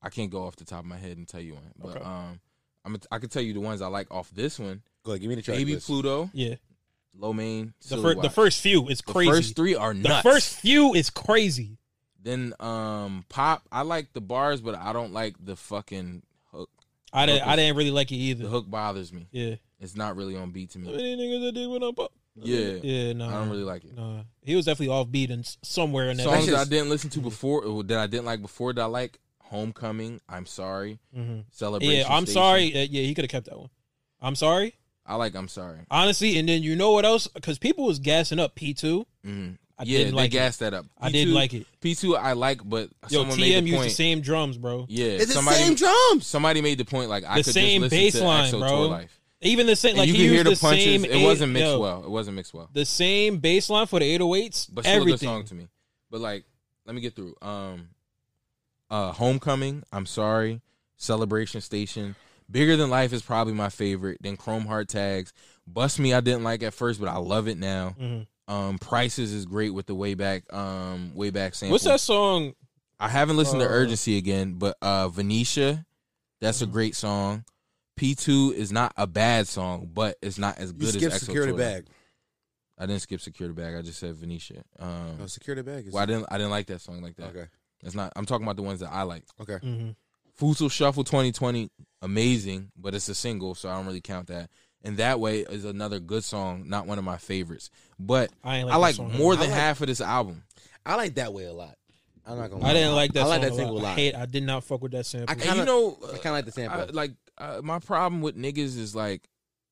I can't go off the top of my head and tell you one, but Okay. um, I'm I can tell you the ones I like off this one. Go ahead, give me the track. Baby list. Pluto, Yeah, Lomain, the Silly first the Watch. first few is The crazy. first three are the nuts. first few is crazy. Then um pop, I like the bars, but I don't like the fucking hook. I didn't I Hook is- didn't really like it The either. hook bothers me. Yeah, It's not really on beat to How me. many niggas that did when I pop? Yeah. Uh, yeah, no, I don't really like it. Nah, he was definitely off beat and s- somewhere in that. Songs that I just- didn't listen Mm-hmm. to before or that I didn't like before that I like Homecoming, I'm sorry, Mhm. Celebration. Yeah, I'm Station. sorry. Uh, yeah, he could have kept that one. I'm sorry. I like I'm sorry. Honestly, and then you know what else? Because people was gassing up P2. Mhm. I yeah, didn't they like it. gassed that up. I didn't P2 like it. P2 I like, but Yo, someone made TM the used point. the same drums, bro. yeah, It's the somebody same drums. somebody made the point like I The could same just listen to baseline, Exo bro. Tour Life. Even the same, And like you he can hear used the, the punches. same. it eight- wasn't mixed yo, well. It wasn't mixed well. The same bass line for the 808s. But still everything. a good song to me. But like, let me get through. Um uh Homecoming, I'm sorry, Celebration Station. Bigger Than Life is probably my favorite. Then Chrome Heart Tags. Bust Me I didn't like at first, but I love it now. Mhm. Um Prices is great with the way back um way back sample. What's that song? I haven't listened Uh, to Urgency again, but uh Venetia, that's a Mm-hmm. Mhm. great song. P2 is not a bad song, but it's not as You good skipped as Exo security Tour. bag. I didn't skip Secure the Bag. I just said Venetia. Um, No, security bag is well, I didn't. I didn't like that song like that. Oh, okay. It's not. I'm talking about the ones that I like. Okay. Mhm. Fusil Shuffle 2020, amazing, but it's a single, so I don't really count that. And that way is another good song, not one of my favorites, but I ain't like I that like song. more I than like- half of this album. I like that way a lot. I'm not gonna. I didn't like that. I like song that a single a lot. I lot. hate. I did not fuck with that sample. I And kinda- you know, uh, I kind of like the sample. I, like uh, my problem with niggas is like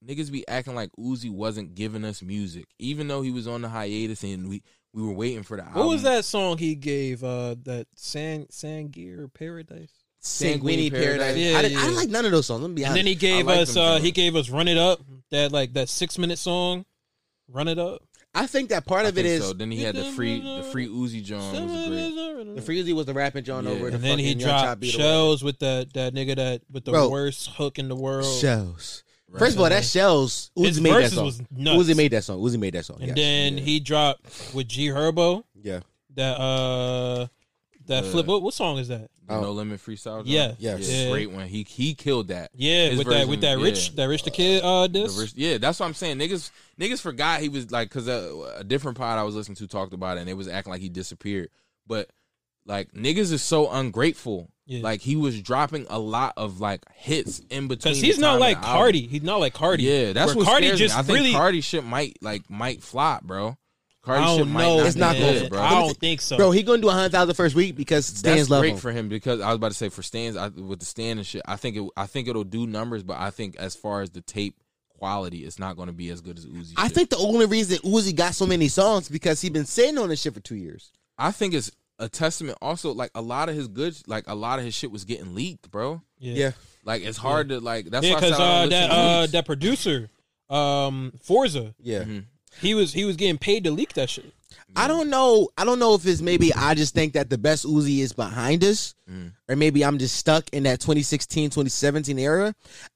niggas be acting like Uzi wasn't giving us music, even though he was on the hiatus and we we were waiting for the album. What was that song he gave? Uh, that San Sangear Paradise. Sanguini Sanguini Paradise. Paradise. Yeah, I, didn't, I yeah. didn't like none of those songs. Let me be And honest. then he gave like us. them Uh, too. he gave us "Run It Up." That like that six minute song, "Run It Up." I think that part I of it think is so. Then he had the free the free Uzi John Oh, was great. the And Freezy was the rapping John Yeah. over the then he fucking Young Chop dropped beat or whatever. shells with that that nigga that with the Bro. worst hook in the world. Shells. First of all, that Yeah. shells. His Uzi made that verses song. was nuts. Uzi made that song. Uzi made that song. And yes. then yeah. he dropped with G Herbo yeah, that uh that Uh, flip. What, what song is that? The Oh. No Limit Freestyle. John? Yeah. Yes. Yeah, Yeah. great one. He he killed that. Yeah, his with that with that version, rich yeah. that rich the kid uh The this. verse- yeah, that's what I'm saying. Niggas niggas forgot he was like because a, a different pod I was listening to talked about it and it was acting like he disappeared. But like niggas is so ungrateful. Yeah. Like he was dropping a lot of like hits in between. Cause the he's time not of like the album. Cardi. He's not like Cardi. Yeah, that's Where what Cardi scares just me. I think really. Cardi shit might like might flop, bro. Cardi I shit don't might know. not It's be not good, gonna- bro. I don't think so. bro, he gonna do a hundred thousand first week because Stan's That's love great him. for him because I was about to say for Stan's I, with the Stan and shit. I think it, I think it'll do numbers, but I think as far as the tape quality, it's not going to be as good as Uzi. I shit. think the only reason Uzi got so many songs because he been sitting on this shit for two years. I think it's a testament. Also, like a lot of his good, like a lot of his shit was getting leaked, bro. Like it's hard to like. That's yeah, why I because said I uh, don't listen that to uh, leaks. that producer, um, Forza, yeah. Mhm. he was he was getting paid to leak that shit. I don't know. I don't know if it's maybe I just think that the best Uzi is behind us, Mm. or maybe I'm just stuck in that 2016, 2017 era.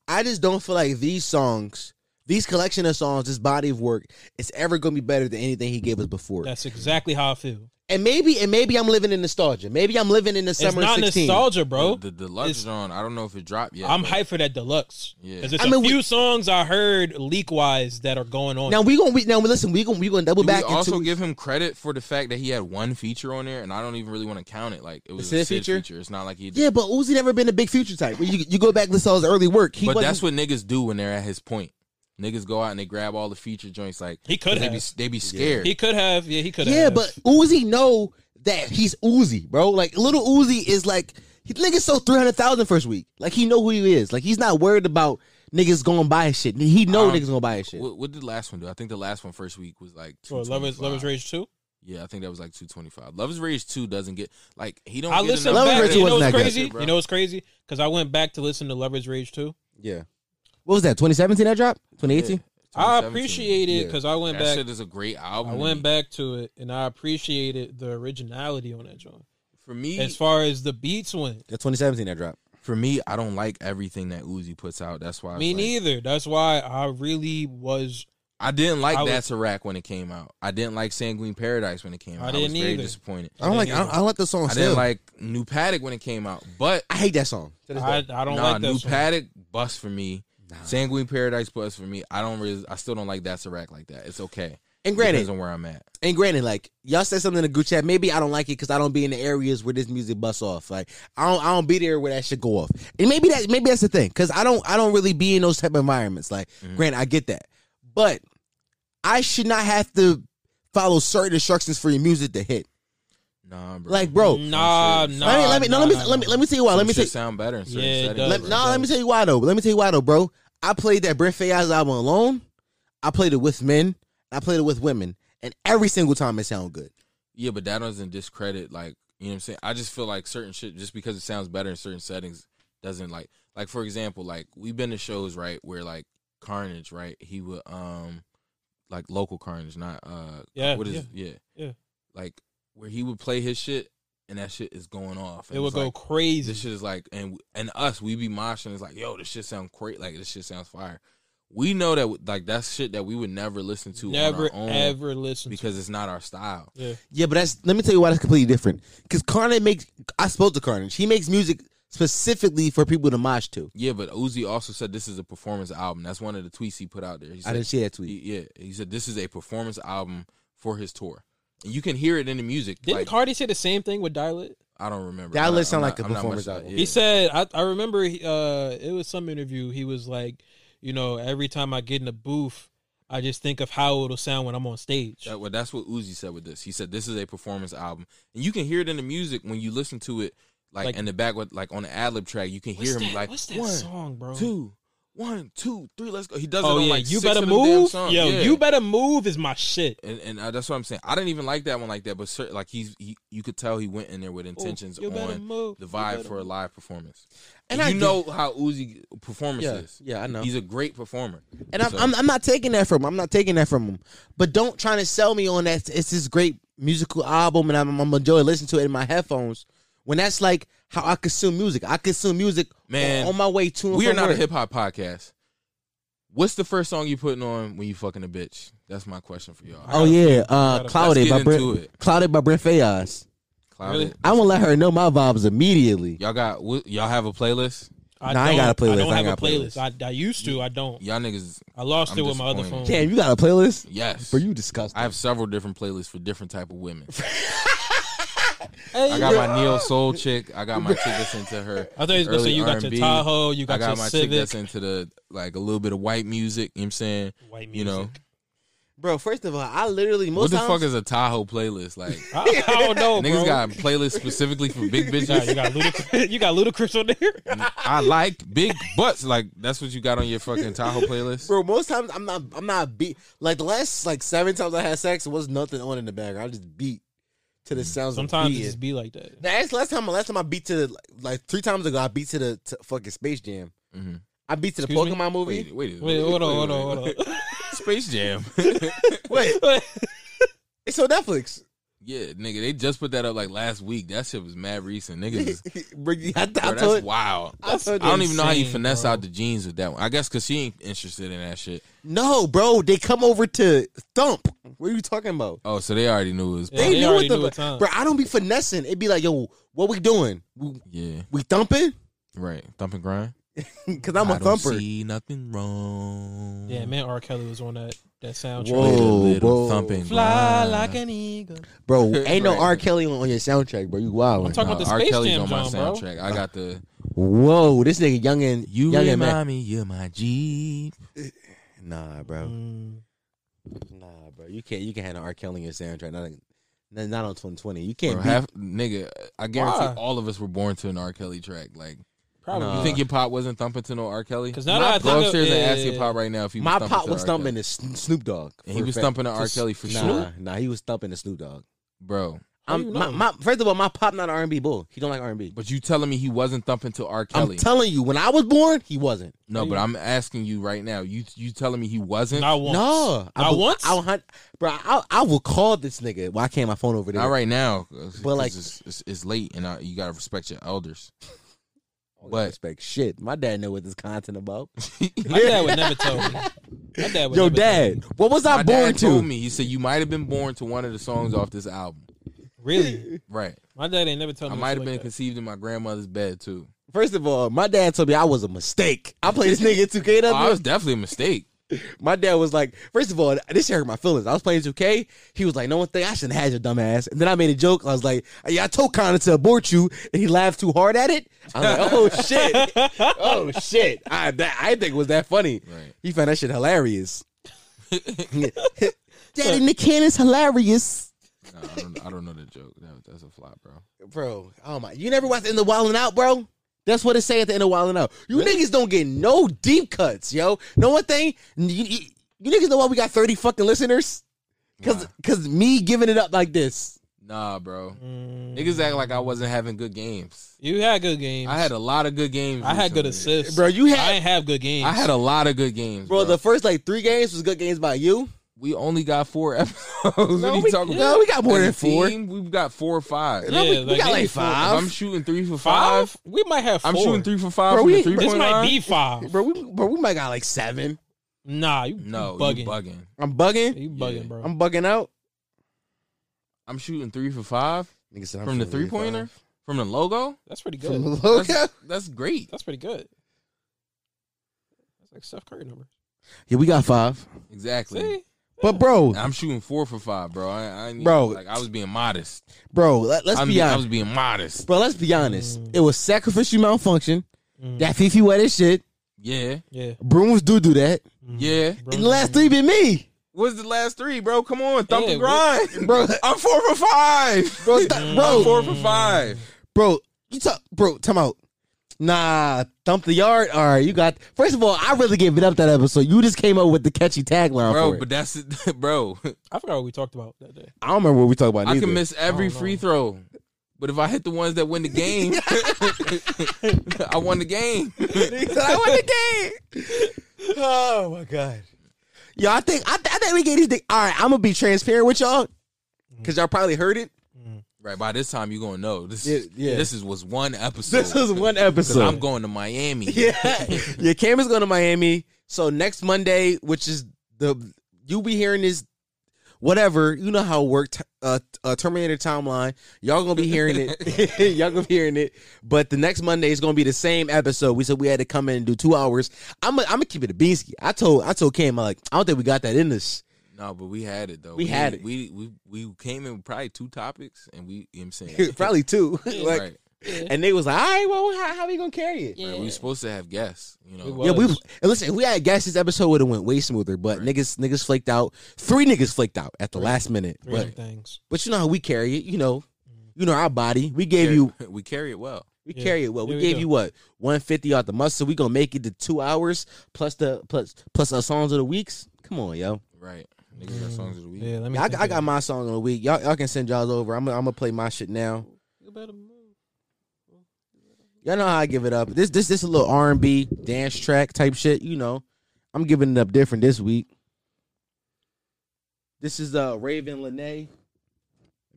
I just don't feel like these songs, these collection of songs, this body of work, is ever gonna be better than anything he gave us before. That's exactly how I feel. and maybe, and maybe I'm living in nostalgia. Maybe I'm living in the it's summer of not 16. nostalgia, bro. The, the deluxe It's- John, I don't know if it dropped yet. I'm but hyped for that deluxe. Yeah. Because there's I a mean, we- few songs I heard leak wise that are going on. Now we gonna we, now listen. We gonna we gonna double Do back we also into give him credit for the fact that he had one feature on there, and I don't even really want to count it. Like it was Sid a Sid feature? feature? It's not like he. Did. yeah, but Uzi never been a big future type. You, you go back and listen to all his early work. He but wasn't- that's what niggas do when they're at his point. Niggas go out and they grab all the feature joints. Like He could 'cause they be have. they be scared. he could have, yeah, he could have. Yeah, but Uzi know that he's Uzi, bro. Like little Uzi is like he niggas sold three hundred thousand first week. Like he know who he is. Like he's not worried about niggas going buy his shit. He know Um, niggas gonna buy his shit. What, what did the last one do? I think the last one first week was like for Lovers 225. Lovers Rage Two. Yeah, I think that was like 225. Love is Rage 2 doesn't get like he don't I get listened enough Lovers back. Rage credit. you wasn't know what's that good. crazy? Bro. You know what's crazy? Because I went back to listen to Lovers Rage Two. Yeah. What was that? Twenty seventeen that dropped? Twenty eighteen? I 2017. appreciate it Yeah. because I went that back. shit is a great album. I to went me. back to it and I appreciated the originality on that joint. For me As far as the beats went, Yeah, twenty seventeen that dropped. for me I don't like everything that Uzi puts out. That's why I was me like- neither. That's why I really was. I didn't like I was- That's a Rack when it came out. I didn't like Sanguine Paradise when it came I out. didn't was very either. disappointed. I don't like I Yeah. don't, I don't like the song. I still. didn't like New Paddock when it came out. But I hate that song. To this I, I day. don't nah, like New that. song. Paddock bust for me. Nah. Sanguine Paradise bust for me. I don't really I still don't like That's a Rack like that. It's okay. And granted, Depends on where I'm at. And granted, like y'all said something in the group chat, maybe I don't like it because I don't be in the areas where this music busts off. Like I don't, I don't be there where that should go off. And maybe that, maybe that's the thing because I don't, I don't really be in those type of environments. Like, granted, I get that, but I should not have to follow certain instructions for your music to hit. Nah, bro. Like, bro, Nah, Some shit- nah. let me, let me, no, Mm-hmm. nah, let me, nah, let me, nah. let me tell you why. Some Let me shit tell, sound better in certain Yeah, it settings. does, let, bro. no, let me tell you why though. Let me tell you why though, bro. I played that Brent Fayez album alone. I played it with men. I played it with women, and every single time it sounded good. Yeah, but that doesn't discredit like you know what I'm saying. I just feel like certain shit just because it sounds better in certain settings doesn't like like for example like we've been to shows right where like Carnage right he would um like local Carnage not uh Yeah, what is yeah. yeah Yeah. like where he would play his shit and that shit is going off. And It would it's go like, crazy. This shit is like, and and us, we be moshing. It's like, yo, this shit sound great. Like this shit sounds fire. We know that like that's shit that we would never listen to. Never on our own ever listen to. because it's not our style. Yeah, Yeah, but that's let me tell you why that's completely different. Because Carnage makes I spoke to Carnage. He makes music specifically for people to mosh to. Yeah, but Uzi also said this is a performance album. That's one of the tweets he put out there. He I said, didn't see that tweet. he- yeah, he said this is a performance album for his tour. And you can hear it in the music. didn't like, Cardi say the same thing with Dial It? I don't remember. That I'm list not- sound I'm like a not- I'm not performance much of- album. yeah. He said, I, I remember he, uh, it was some interview. He was like, you know, every time I get in the booth, I just think of how it'll sound when I'm on stage. That, well, that's what Uzi said with this. He said this is a performance album, and you can hear it in the music when you listen to it, like, Like- in the back with like on the ad lib track. You can What's hear him that- like what's that one, song, bro? two, one, two, three. Let's go. He does oh it on yeah, like you six better of them damn move. Yo, songs. Yeah. you better move is my shit. And, and uh, that's what I'm saying. I didn't even like that one like that, but cer like he's he, you could tell he went in there with intentions Oh, you better on move. the You vibe better for a move. live performance. And And, I you get- know how Uzi performance Yeah, is. yeah, I know. He's a great performer. And I'm, So- I'm I'm not taking that from him. I'm not taking that from him. But don't try to sell me on that. It's this great musical album, and I'm, I'm enjoy listening to it in my headphones. When that's like how I consume music. I consume music Man, on, on my way to. and we are from not a work. hip hop podcast. What's the first song you putting on when you fucking a bitch? That's my question for y'all. Oh yeah, uh, Let's clouded get by into Brent, it. clouded by Brent Fayaz. Cloud Really? it. I want to let her know my vibes immedially. Y'all got wh- y'all have a playlist? Nah, I ain't got a don't- I playlist. don't I have ain't a got a playlist. I, I used to. I don't. Y'all niggas, I lost I'm it with my other phone. disappointed. Damn, you got a playlist? yes. For you, disgusting. I have several different playlists for different type of women. Hey, I got bro. my neo soul chick. I got my chick that's into her. I thought you was gonna say early you got R&B. your Tahoe, you got, I got your my chick Civic, that's into the like a little bit of white music. You know what I'm saying? white music. You know, Bro, first of all, I literally what most the times fuck is a Tahoe playlist? Like I, I don't know, niggas Oh, bro. got playlists specifically for big Nah, you bitches. got ludicrous. you got ludicrous on there. I like big butts. Like that's what you got on your fucking Tahoe playlist. bro. Most times I'm not I'm not beat. Like the last like seven times I had sex, there was nothing on in the background. I just beat to Mm. the sounds. Sometimes of it beating. just be like that. That's last time. Last time I beat to the, like, like three times ago. I beat to the to fucking Space Jam. Mhm. I beat to the Excuse me? Pokemon movie. Wait, wait, Wait, hold on, hold on, hold wait, on. wait. Space Jam. Wait, it's on Netflix. yeah, nigga, they just put that up like last week. That shit was mad recent. Niggas, is- Bro, you- I, I bro, told- that's wild. I told I don't even know how you insane, finesse bro. out the jeans with that one. I guess because she ain't interested in that shit. no, bro. They come over to Thump. What are you talking about? Oh, so they already knew it was. Yeah, They, they knew what already the knew what time. bro. I don't be finessing. It'd be like, yo, what we doing? We, Yeah, we thumping? right. Thump and grind. Because I'm a I don't thumper. see nothing wrong. Yeah, man, R. Kelly was on that that soundtrack. Whoa. With a little whoa. thump and Fly grind. like an eagle. Bro, ain't no Right. R. Kelly on, on your soundtrack, bro. You wild. I'm talking about Nah, the R. Space Kelly's Jam on my John, bro. soundtrack. I got the Whoa, this nigga young and You young and Remind man. Me, You're My Jeep. Nah, bro. Mm, Nah, bro. You can't. You can't have an R. Kelly on your soundtrack. Not, not, not on 2020. You can't. Bro, beat- half, nigga, I guarantee Why? all of us were born to an R. Kelly track. Like, probably. Nah. you think your pop wasn't thumping to no R. Kelly? 'Cause now My that I go think of- upstairs and ask yeah. your pop right now if he was my thumping pop to was R. thumping Kelly. to Sn- Snoop Dogg. for And he a was fact. thumping to R. To Kelly for nah, sure, Nah, he was thumping to Snoop Dogg. bro. How I'm, you my, know? my, first of all, my pop not an R&B bull. He don't like R&B. But you telling me he wasn't thumping to R. I'm Kelly? telling you, when I was born, he wasn't. no, but I'm asking you right now. You you telling me he wasn't? Not once. No, Not will- once? I will hunt, bro. I, I will call this nigga. Why can't my phone over there? Not right now. But like- like, it's, it's, it's late, and I, you gotta respect your elders. I don't But respect shit. My dad know what this content about. My dad would never tell me. My dad would Yo, never Tell dad, me. what was I my born dad told to? me. He said you might have been born to one of the songs off this album. Really? Right. My dad ain't never tell I me. might have shit been like that. conceived in my grandmother's bed too. First of all, my dad told me I was a mistake. I played this nigga in 2K. Oh, I that was definitely a mistake. My dad was like, first of all, this shit hurt my feelings. I was playing 2K. He was like, no one thing, I shouldn't have your dumb ass. And then I made a joke. I was like, yeah, I told Connor to abort you. And he laughed too hard at it. I was like, oh shit. oh shit. I, that, I didn't think it was that funny. Right. He found that shit hilarious. Daddy Nick Cannon's hilarious. No, I, don't, I don't know the joke. That, that's a flop, bro. Bro, oh my. You never watched In the Wild and Out, bro? That's what it say at the end of Wild and Out. You niggas don't get no deep cuts, yo. Know one thing? You, you- you niggas know why we got thirty fucking listeners? Cause, Nah. cause me giving it up like this. Nah, bro. Mm. Niggas act like I wasn't having good games. You had good games. I had a lot of good games. I had good recently. assists. Bro, you had- I didn't have good games. I had a lot of good games, Bro, bro. the first like three games was good games by you. we only got four episodes. what are you we, talking about? no, we got more As a than four. team, we've got four or five. no, we- Yeah, we like, got maybe like four. If five. I'm shooting three for five. five. We might have. 4 I'm shooting three for five Bro, from we- the three This point might line. be five. Bro, we, bro, we might got like seven. Nah, you, no, you bugging. you bugging. I'm bugging. You bugging, Yeah. bro. I'm bugging out. I'm shooting three for five Nigga said I'm from the three pointer, from the logo. That's pretty From the good. logo. That's, that's great. That's pretty good. That's like Steph Curry numbers. Yeah, we got five. Exactly. See, But bro, I'm shooting four for five, bro. I, I ain't- Bro. like I was being modest. bro, let, us I'm be I honest. was being modest. Bro, let's be honest. Mm. It was sacrificial malfunction. Mm. That Fifi wet as shit. Yeah, yeah, Brooms do do that. Mm. yeah. Bro, And the last three been me. What's the last three, bro? Come on, thump Yeah, the grind, bro. I'm four for five, Bro, stop, I'm bro, four for five. bro, you talk, bro, time out. Nah, thump the yard. All right, you got. First of all, I really gave it up that episode. You just came up with the catchy tagline Bro, for it. but that's it, bro. I forgot what we talked about that day. I don't remember what we talked about. I neither. can miss every I don't free know. throw, but if I hit the ones that win the game, I won the game. He said, I won the game. Oh my god. Yo, I think I, th- I think we gave these. Thing. All right, I'm gonna be transparent with y'all because y'all probably heard it. Right by this time, you gonna know this. Yeah, yeah. This is was one episode. This is one 'Cause episode. I'm going to Miami. yeah, your camera's going to Miami. So next Monday, which is the you'll be hearing this, whatever you know how it worked. Uh, uh, Terminator timeline. Y'all gonna be hearing it. Y'all gonna be hearing it. But the next Monday is gonna be the same episode. We said we had to come in and do two hours. I'm i I'm gonna keep it a beansky. I told I told Cam I like I don't think we got that in this. No, but we had it though. We had it. We we we came in with probably two topics, and we you know what I'm saying Probably two. like, right. And they was like, all right, well, how, how we gonna carry it? Right, We were supposed to have guests. You know, We Yeah, we and was. listen. If we had guests, this episode would have went way smoother. But niggas, niggas flaked out. Three niggas flaked out at the last minute. Three But, other things. but you know how we carry it. You know, you know our body. We gave carry- you, we carry it well. we Mm-hmm. Yeah. carry it well. We, There we gave go. you what one fifty out the muscle. We gonna make it to two hours plus the plus plus our songs of the weeks. Come on, yo. Right. Niggas got songs of the week. Yeah, let me. I, think I of got my song of the week. Y'all, y'all can send y'all over. I'm, gonna- I'm gonna play my shit now. it. You better move. Y'all know how I give it up. This this this a little R and B dance track type shit. You know, I'm giving it up different this week. This is uh Raven Lene,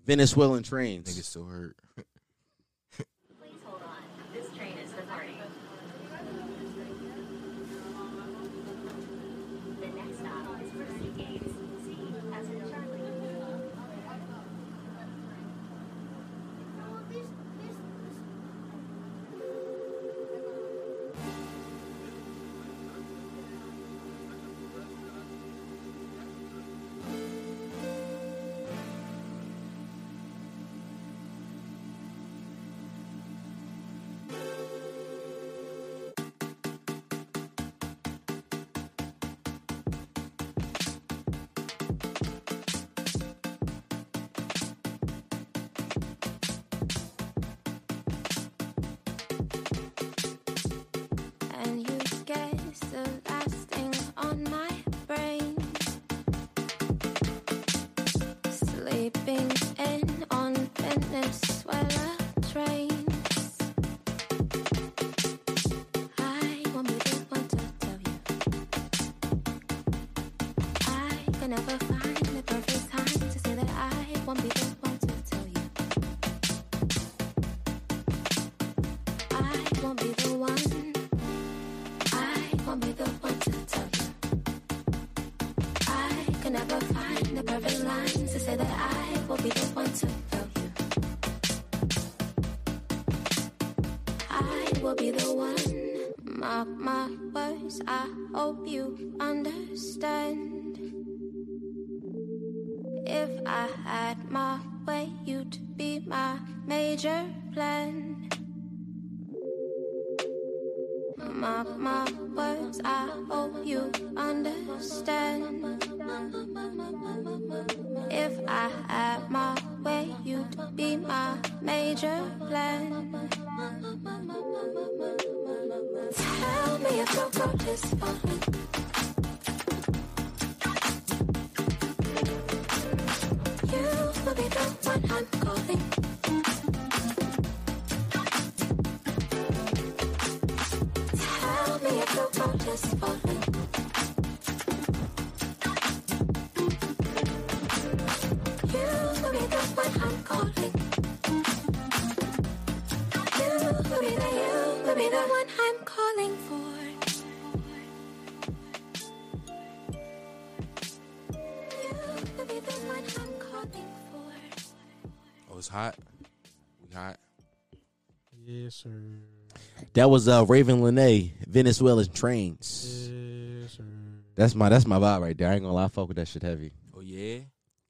Venezuelan Niggas trains. still hurt. Please hold on. This train is departing. The next stop is Berkeley Gates. C as in Charlie. And you guess the last thing on my brain. Sleeping in on Venezuela trains. I won't be the one to tell you. I can never find the perfect time to say that I won't be the one to tell you. I won't be the one. I won't be the one to tell you. I can never find the perfect lines to say that I will be the one to tell you. I will be the one. Mark my words, I hope you understand. If I had my way, you'd be my major plan. My, my words, I hope you understand. If I had my way, you'd be my major plan. the road is for me. You will be the one I'm calling. Tell me if the road is falling. You will be the one I'm calling. You will be the you will be the one I'm calling for. You will be the one I'm calling for. Oh, it's hot. We hot. Yes, sir. That was uh, Raven Lene, Venezuelan trains. Yes, sir. That's my that's my vibe right there. I ain't gonna lie, I fuck with that shit heavy. Oh yeah,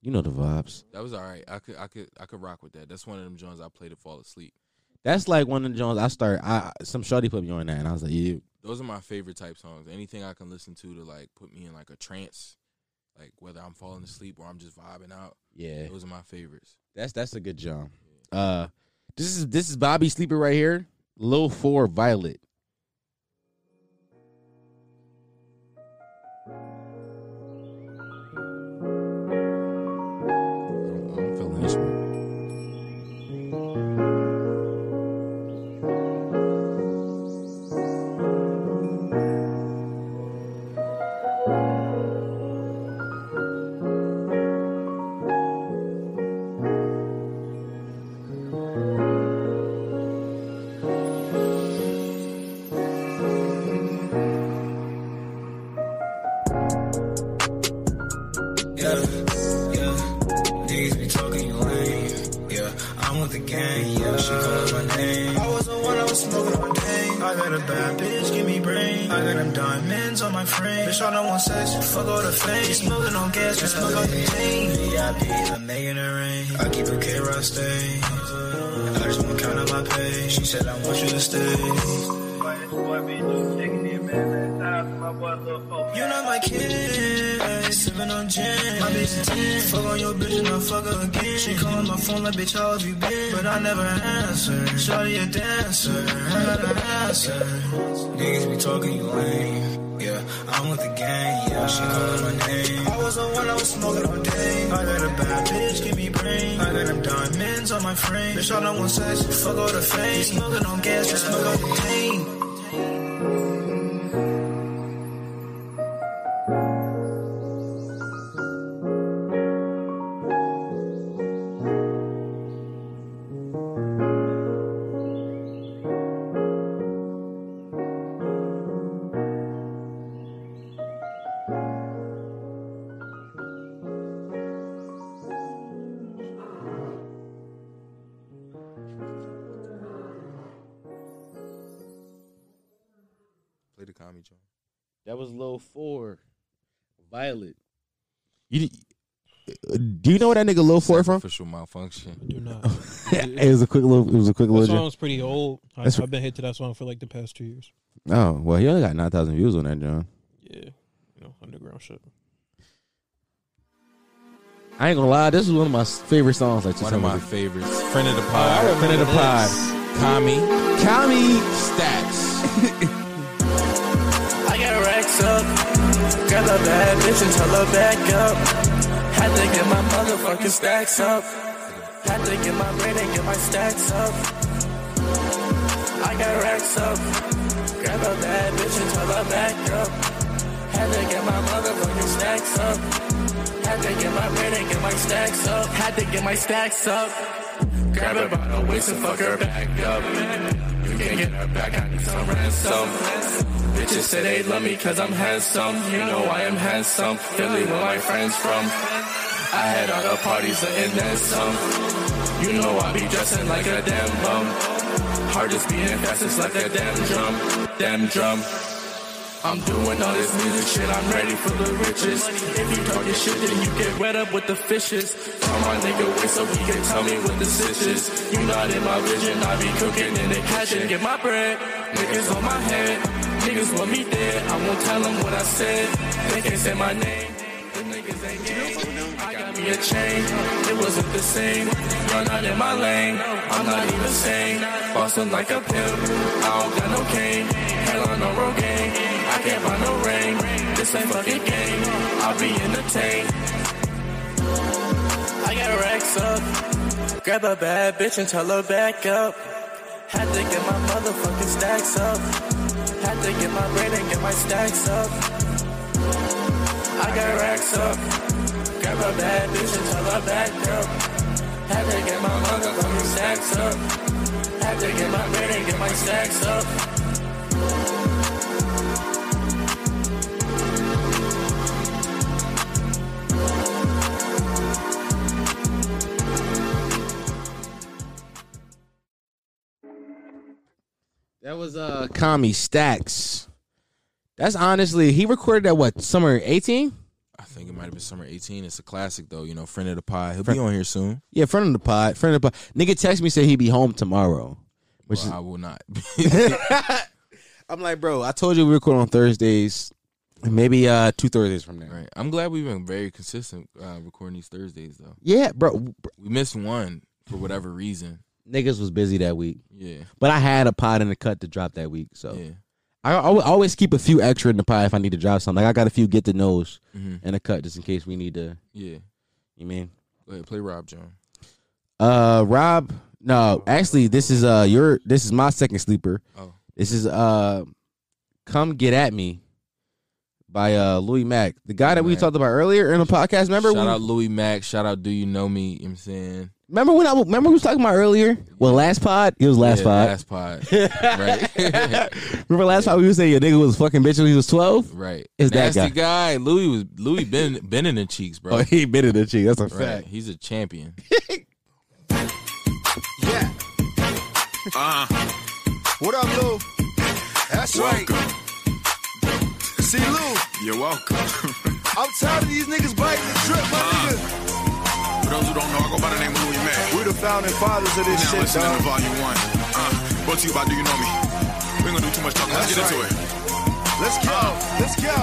You know the vibes. that was all right. I could I could I could rock with that. That's one of them joints I played to fall asleep. That's like one of the Jones I start. I some shorty put me on that, and I was like, yeah. Those are my favorite type songs. Anything I can listen to to like put me in like a trance, like whether I'm falling asleep or I'm just vibing out. Yeah, Those are my favorites. that's that's a good jump. Uh, this is this is Bobby Sleeper right here. Lil Four Violet. I'm, I'm feeling this one. Yeah, yeah. Niggas be talking you lame. Yeah, I'm with the gang. Yeah, she calling my name. I was the one I was smoking on dang. I got a bad bitch, give me brain. I got them diamonds on my frame. Bitch, I don't want sex. Fuck all the fame. She smoking on gas, just smoke out the chain. VIP, I'm making it rain. I keep a K-Rod stain. I just want to count out my pay. She said I want you to stay. You not my kid, sipping on gin. My bitch 10, fuck on your bitch and I fuck her again. She call on my phone like, bitch, how have you been? But I never answer. Shawty a dancer, I gotta answer. Niggas be talking, you lame. Yeah, I'm with the gang, yeah, she calling my name. I was the one I was smoking all day. I got a bad bitch, give me brain. I got them diamonds on my frame. Bitch, I don't want sex, fuck all the fame. Smoking on gas, just smoke out the pain. Play the commie joint. That was Lil Four Violet. You do you know where that nigga Lil Four from? Official malfunction. Do not. it was a quick little. It was a quick That little. jump. song's pretty old. I, That's- I've been hit to that song for like the past two years. Oh well, he only got nine thousand views on that, John. Yeah, you know, underground shit. I ain't gonna lie, this is one of my favorite songs. Like One of my favorites. Friend of the pod. friend of the pod, Commie. Kami. Stats. I got racks up. Got a bad bitch and tell her back up. Had to get my motherfucking stacks up. Had to get my bread and get my stacks up. I got racks up. Got a bad bitch and tell her back up. Had to get my motherfucking stacks up. Had to get my bread and get my stacks up. Had to get my stacks up. Grab her by the waist and fuck her back up. You can get her back, I need some ransom. Bitches say they love me cause I'm handsome. You know I am handsome. Philly where my friends from. I had all the parties and then some. You know I be dressing like a damn bum. Hardest beating fastest like a damn drum. Damn drum. I'm doing all this music shit, I'm ready for the riches. If you talking shit, then you get wet up with the fishes. Call my nigga wait so he can tell me what the stitch is. You not in my vision, I be cooking in the kitchen. Get my bread, niggas on my head. Niggas want me dead, I won't tell them what I said. They can't say my name, the niggas ain't gay. I got me a chain, it wasn't the same. Y'all not in my lane, I'm not even sane. Boston like a pimp, I don't got no cane. Hell on no rogaine. I I can't buy no ring. This ain't fucking game. I'll be entertained. I got racks up. Grab a bad bitch and tell her back up. Had to get my motherfucking stacks up. Had to get my brain and get my stacks up. I got racks up. Grab a bad bitch and tell her back up. Had to get my motherfucking stacks up. Had to get my brain and get my stacks up. That was uh Kami Stacks. That's honestly he recorded at what summer eighteen? I think it might have been summer 18. It's a classic though, you know, friend of the pod. He'll be on here soon. Yeah, friend of the pod, friend of the pod. Nigga text me said he be home tomorrow, which But I will not. is. I'm like, bro, I told you we record on Thursdays, maybe uh two Thursdays from now. right. I'm glad we've been very consistent uh, recording these Thursdays though. Yeah, bro, We missed one for whatever reason. niggas was busy that week, Yeah. but I had a pod in the cut to drop that week, so Yeah. I, I al- always keep a few extra in the pod if I need to drop something. Like I got a few get to knows hmm in the cut just in case we need to. Yeah. You mean? Go ahead, play Rob John. Uh, Rob. No, actually, this is uh your this is my second sleeper. Oh. This is uh, come get at me, by uh Louis Mack, the guy that we Mack. talked about earlier in the podcast. Remember shout when? out Louis Mack. Shout out Do You Know Me. You know what I'm saying? Remember when I remember we was talking about earlier? Well, last pod it was last Yeah, pod. Last pod. right. Remember last pod we was saying your nigga was fucking bitch when he was twelve. right. It's that Nasty guy. Louis was Louis been been in the cheeks, bro. Oh, he bit it the cheek. That's a right. fact. He's a champion. Uh-huh. What up, Lou? That's right. See, Lou, You're welcome. Uh-huh. I'm tired of these niggas biting the drip, my nigga. For those who don't know, I go by the name of Louis Mack. We the founding fathers of Now this shit, listening to dog. Volume One. Uh, brought to you by Do You Know Me. We ain't gonna do too much talking. Let's That's get into right. it. Let's go. Uh-huh. Let's go.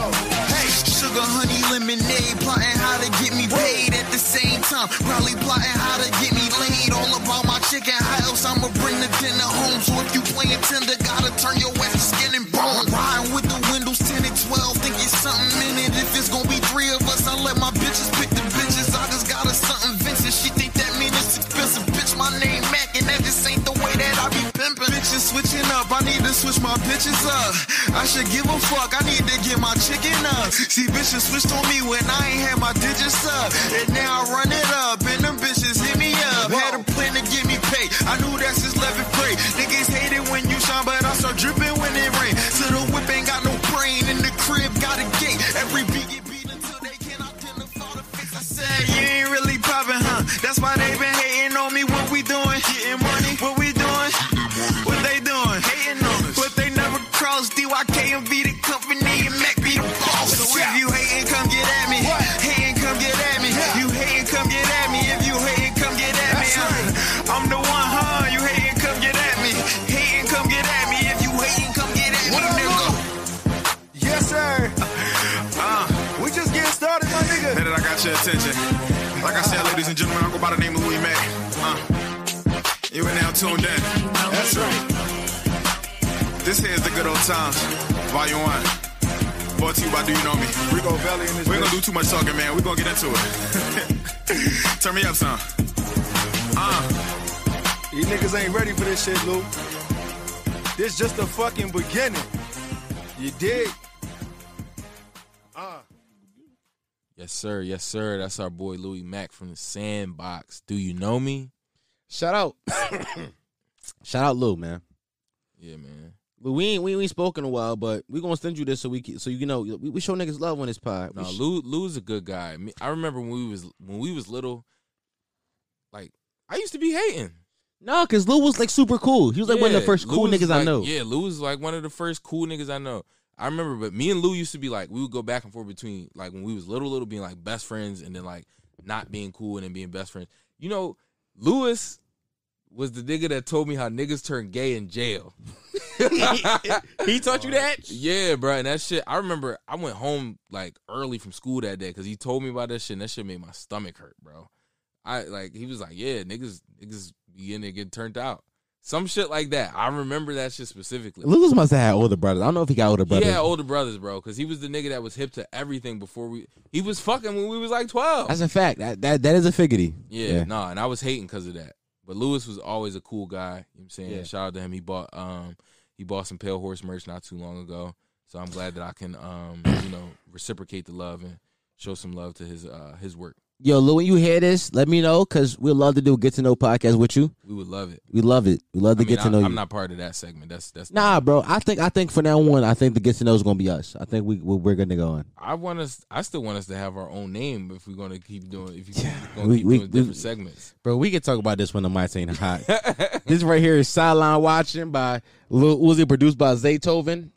Hey, sugar, honey, lemonade, plotting how to get me paid at the same time. Probably plotting how to get me laid. All about my chicken. How else I'ma bring the dinner home? So if you playing tender, gotta turn your ass skin and bone. Riding with the windows 10 and 12, think it's something in it. If it's gonna be three of us, I let my bitches pick the bitches. I just got her something Vincent. She think that mean it's expensive. Bitch, my name Mac, and that just ain't the way that I be pimping. Bitches switching up. I need to switch my bitches up. I should give a fuck. I need to get my chicken up. See, bitches switched on me when I ain't had my digits up. And now I run it up, and them bitches hit me up. Had a plan to get me paid. I knew that's just love and play. Niggas hate it when you shine, but I start dripping when it rain. So the whip ain't got no brain, and the crib got a gate. Every beat get beat until they can identify the face. I said, you ain't really poppin', huh? That's why they been hating on me. What we doing? Getting money. What we doing? What they doing? Hating on us. But they never cross DYK and be the company and Mac be the boss. So if you hating, come get at me. Hating, come get at me. You hating, come get at me. If you hating, come get at me. huh? I'm the one, huh? You hating, come get at me. Hating, come get at me. If you hating, come get at me, What up, nigga. Yes, sir. We just getting started, my Now nigga. that I got your attention. Like I said, ladies and gentlemen, I go by the name of Louis Mack. Uh, you are now tuned in. That's right. This here is the good old times. Volume One. Brought to you by Do You Know Me. Rico Valley in this We ain't gonna do bitch. too much talking, man. We're gonna get into it. Turn me up, Uh. son. These niggas ain't ready for this shit, Lou. This just the fucking beginning. You dig? Yes, sir. Yes, sir. That's our boy Louis Mack from the Sandbox. Do you know me? Shout out, shout out Lou, man. Yeah, man. But we ain't we ain't spoken a while, but we gonna send you this so we can, so you know we, we show niggas love on this pod. We No, sh- Lou Lou's a good guy. Me- I remember when we was when we was little, like I used to be hating. no, cause Lou was like super cool. He was like one of the Yeah, first cool Lou was niggas I like- know. Yeah, Lou was like one of the first cool niggas I know. I remember, but me and Lou used to be like we would go back and forth between like when we was little, little being like best friends, and then like not being cool and then being best friends. You know, Lewis was the nigga that told me how niggas turn gay in jail. he taught you that? Yeah, bro, and that shit. I remember I went home like early from school that day because he told me about that shit, and that shit made my stomach hurt, bro. I like he was like, yeah, niggas, niggas be in there getting turned out. Some shit like that. I remember that shit specifically. Lulu's must have had older brothers. I don't know if he got older brothers. Yeah, oh. older brothers, bro. Because he was the nigga that was hip to everything before we. He was fucking when we was like twelve. That's a fact. That that, that is a figgity. yeah, nah, and I was hating because of that. But Lewis was always a cool guy. You know what I'm saying? Yeah. Shout out to him. He bought um he bought some Pale Horse merch not too long ago. So I'm glad that I can um you know reciprocate the love and show some love to his uh his work. Yo, Lou, when you hear this, let me know because we love to do a get to know podcast with you. We would love it. We love it. We love to I mean, get to I- know I'm you. not part of that segment. That's that's nah, bro. I think I think for now on, I think the get to know is gonna be us. I think we we- we're gonna go on. I want us. I still want us to have our own name if we're gonna keep doing. If you're gonna we- keep we- doing we- different segments, Bro, we could talk about this when the mics ain't hot. this right here is sideline watching by Lil Uzi, produced by Zaytoven.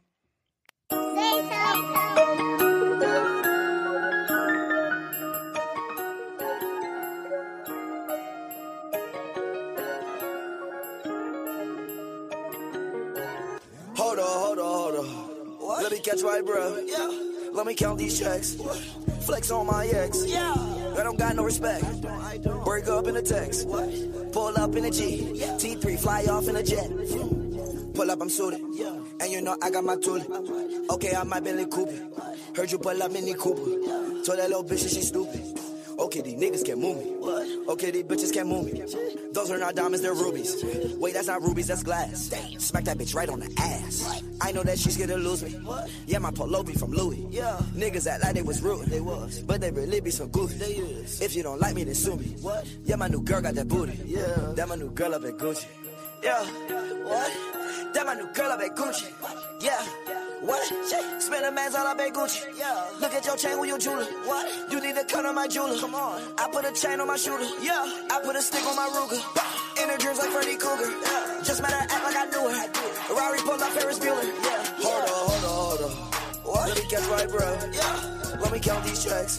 Hold on, hold on, hold on. Let me catch my breath. Let me count these checks. Flex on my ex. Yeah. I don't got no respect. Break up in a text. Pull up in a G. T3 fly off in a jet. Pull up, I'm suited. And you know I got my tool. Okay, I might Bentley Cooper. Heard you pull up Mini Cooper. Told that little bitch that she stupid. Okay, these niggas can't move me. Okay, these bitches can't move me. Those are not diamonds, they're rubies. Wait, that's not rubies, that's glass. Smack that bitch right on the ass. I know that she's gonna lose me. Yeah, my polo be from Louis. Niggas act like they was rude. They was. But they really be so goofy. If you don't like me, then sue me. What? Yeah, my new girl got that booty. Yeah. That my new girl up at Gucci. Yeah. What? That my new girl up at Gucci. Yeah. What? Spend a man's all up at Gucci. Yeah. Look at your chain with your jeweler. What? You need to cut on my jeweler. Come on. I put a chain on my shooter. Yeah. I put a stick on my Ruger. In her dreams like Freddy Cougar. Yeah. Just matter act like I knew her. Rari pulled out Ferris Bueller. Yeah. Hold on, hold on, hold on. What? Let me catch my breath. Yeah. Let me count these checks.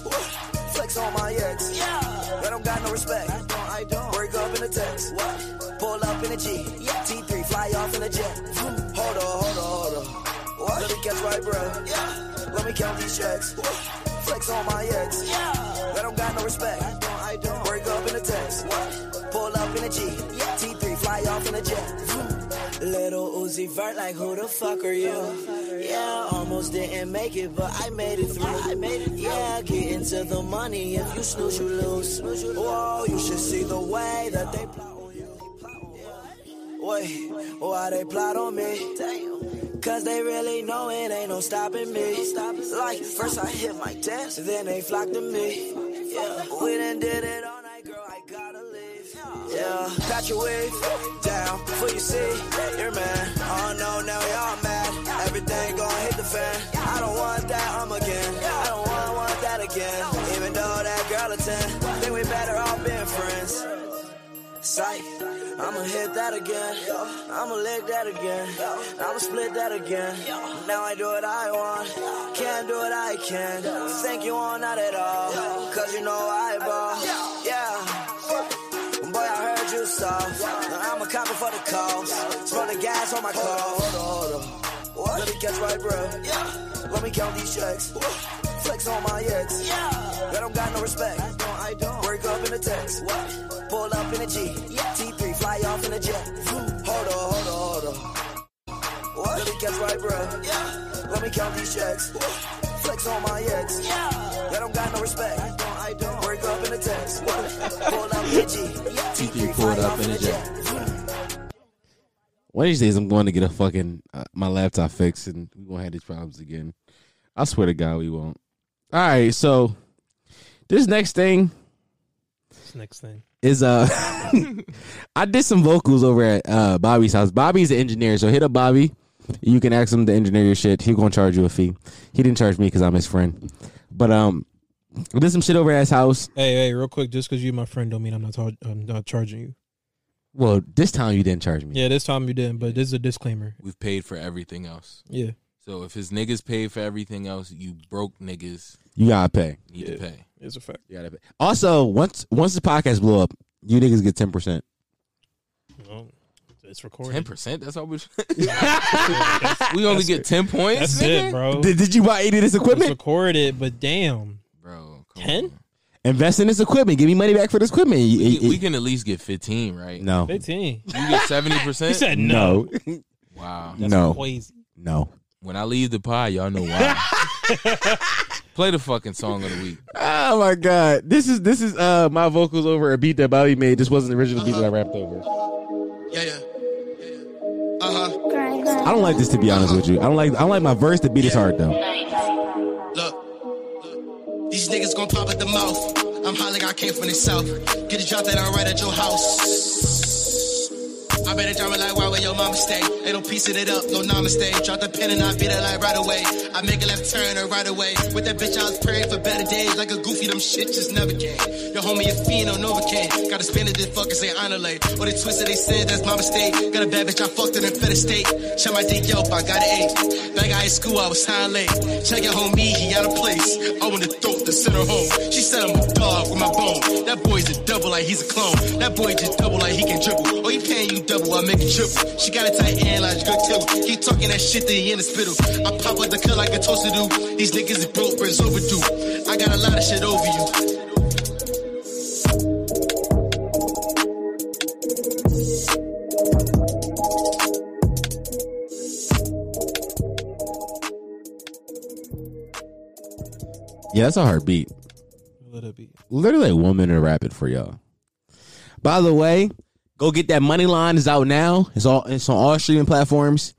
Flex on my ex. Yeah. I don't got no respect. I don't. I don't. Break up in a text. What? Pull up in a G. Yeah. T3 fly off in a jet. Vroom. Hold on, hold on, hold on. What? Let me catch my breath. Yeah. Let me count these checks. Flex on my ex. Yeah. I don't got no respect. I don't. I don't. Break up in a text. What? Pull up in a G. Yeah. T3 fly off in a jet. Little Uzi Vert, like who the fuck are you? Yeah, almost didn't make it, but I made it through. I made it. Yeah, get into the money. If you snooze, you lose. Whoa, you should see the way that they plot on you. Wait, why they plot on me? Cause they really know it ain't no stopping me. Like, first I hit my dance, then they flock to me. Yeah, we done did it all night, girl, I gotta leave. Yeah, got your wig down before you see your man. Oh no, now y'all mad. Everything gon' hit the fan. I don't want that, I'm again. I don't want, want that again. Even though that girl a 10, think we better off being friends. Psych. I'ma hit that again. I'ma lick that again. I'ma split that again. Now I do what I want. Can't do what I can. Thank you all, not at all. Cause you know I ball. Yeah. Boy, I heard you soft. I'm a cop for the cause. Throw the gas on my clothes. Let me catch my breath. Yeah. Let me count these checks. Flex on my ex. Yeah. I don't got no respect. I don't. I don't. Break up in a text. What? Pull up in a G. Yeah. T3 fly off in a jet. Vroom. Hold on, hold on, hold on. What? Let me catch my breath. Yeah. Let me count these checks. Flex on my ex. Yeah. I don't got no respect. I don't. I don't. Break up in a text. What? Pull up in a G. Yeah. T3 pulled up in a jet. One of these days, I'm going to get a fucking uh, my laptop fixed, and we won't have these problems again. I swear to God, we won't. All right, so this next thing This next thing. is uh, I did some vocals over at uh Bobby's house. Bobby's an engineer, so hit up Bobby. You can ask him to engineer your shit. He gonna charge you a fee. He didn't charge me because I'm his friend, but um, I did some shit over at his house. Hey, hey, real quick, just because you my friend don't mean I'm not tar- I'm not charging you. Well, this time you didn't charge me. Yeah, this time you didn't, but this is a disclaimer. We've paid for everything else. Yeah. So if his niggas paid for everything else, you broke niggas You gotta pay. need to pay. It's a fact. You gotta pay. Also, once once the podcast blew up, you niggas get ten percent. Well, it's Ten recorded. percent. That's all we. we only get ten points. That's nigga? it, bro. Did, did you buy any of this It's equipment? recorded, but damn. Bro, come Ten? on. Invest in this equipment. Give me money back for this equipment. You- We, you- we can at least get fifteen, right? No. 15. You get seventy percent. He said no. Wow. no. crazy. No. When I leave the pie, y'all know why. Play the fucking song of the week. Oh my god. This is this is uh my vocals over a beat that Bobby made. This wasn't the original beat that I rapped over. Yeah, yeah. Uh huh. I don't like this to be honest with you. I don't like I don't like my verse. The beat is hard though. These niggas gon' pop at the mouth. I'm hot like I came from the south. Get a job that I'm right at your house. I better drive it like why where your mama stay. Ain't no piecing it up, no namaste. Drop the pin and I beat it like right away. I make a left turn or right away. With that bitch, I was praying for better days. Like a goofy, them shit just never came. Your homie a fiend on Novocaine. Gotta spin it, this fucker say Anale. Or they twisted, they said that's my mistake. Got a bad bitch, I fucked in a fed state. Shut my dick up, I got an eight. Back out of school, I was high late. Check your homie, he out of place. I want to throw the center home. She said I'm a dog with my bone. That boy's a double like he's a clone. That boy just double like he can dribble. Oh, he paying you double, I make it triple. She got a tight end like good table. Keep talking that shit that he in the spittle. I pop up the cut like a toaster do. These niggas is broke, but it's overdue. I got a lot of shit over you. Yeah, that's a hard beat. Little beat. Literally a woman to rap it for y'all. By the way, go get that money line is out now. It's all it's on all streaming platforms.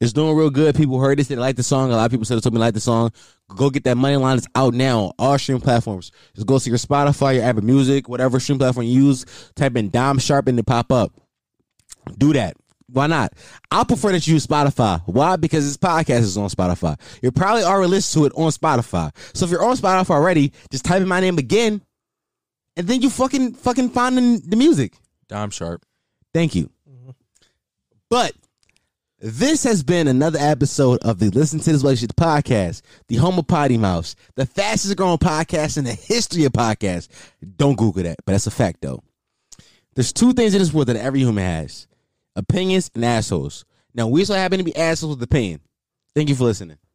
It's doing real good. People heard this, they like the song. A lot of people said they told me they like the song. Go get that money line. It's out now on all streaming platforms. Just go to your Spotify, your Apple Music, whatever stream platform you use. Type in Dom Sharp and it pop up. Do that. Why not? I prefer that you use Spotify. Why? Because this podcast is on Spotify. You're probably already listening to it on Spotify. So if you're on Spotify already, just type in my name again, and then you fucking fucking finding the music. Dom Sharp. Thank you. But this has been another episode of the Listen to This Relationship podcast, the home of Potty Mouse, the fastest growing podcast in the history of podcasts. Don't Google that, but that's a fact though. There's two things in this world that every human has opinions and assholes. Now, we so happen to be assholes with the pain. Thank you for listening.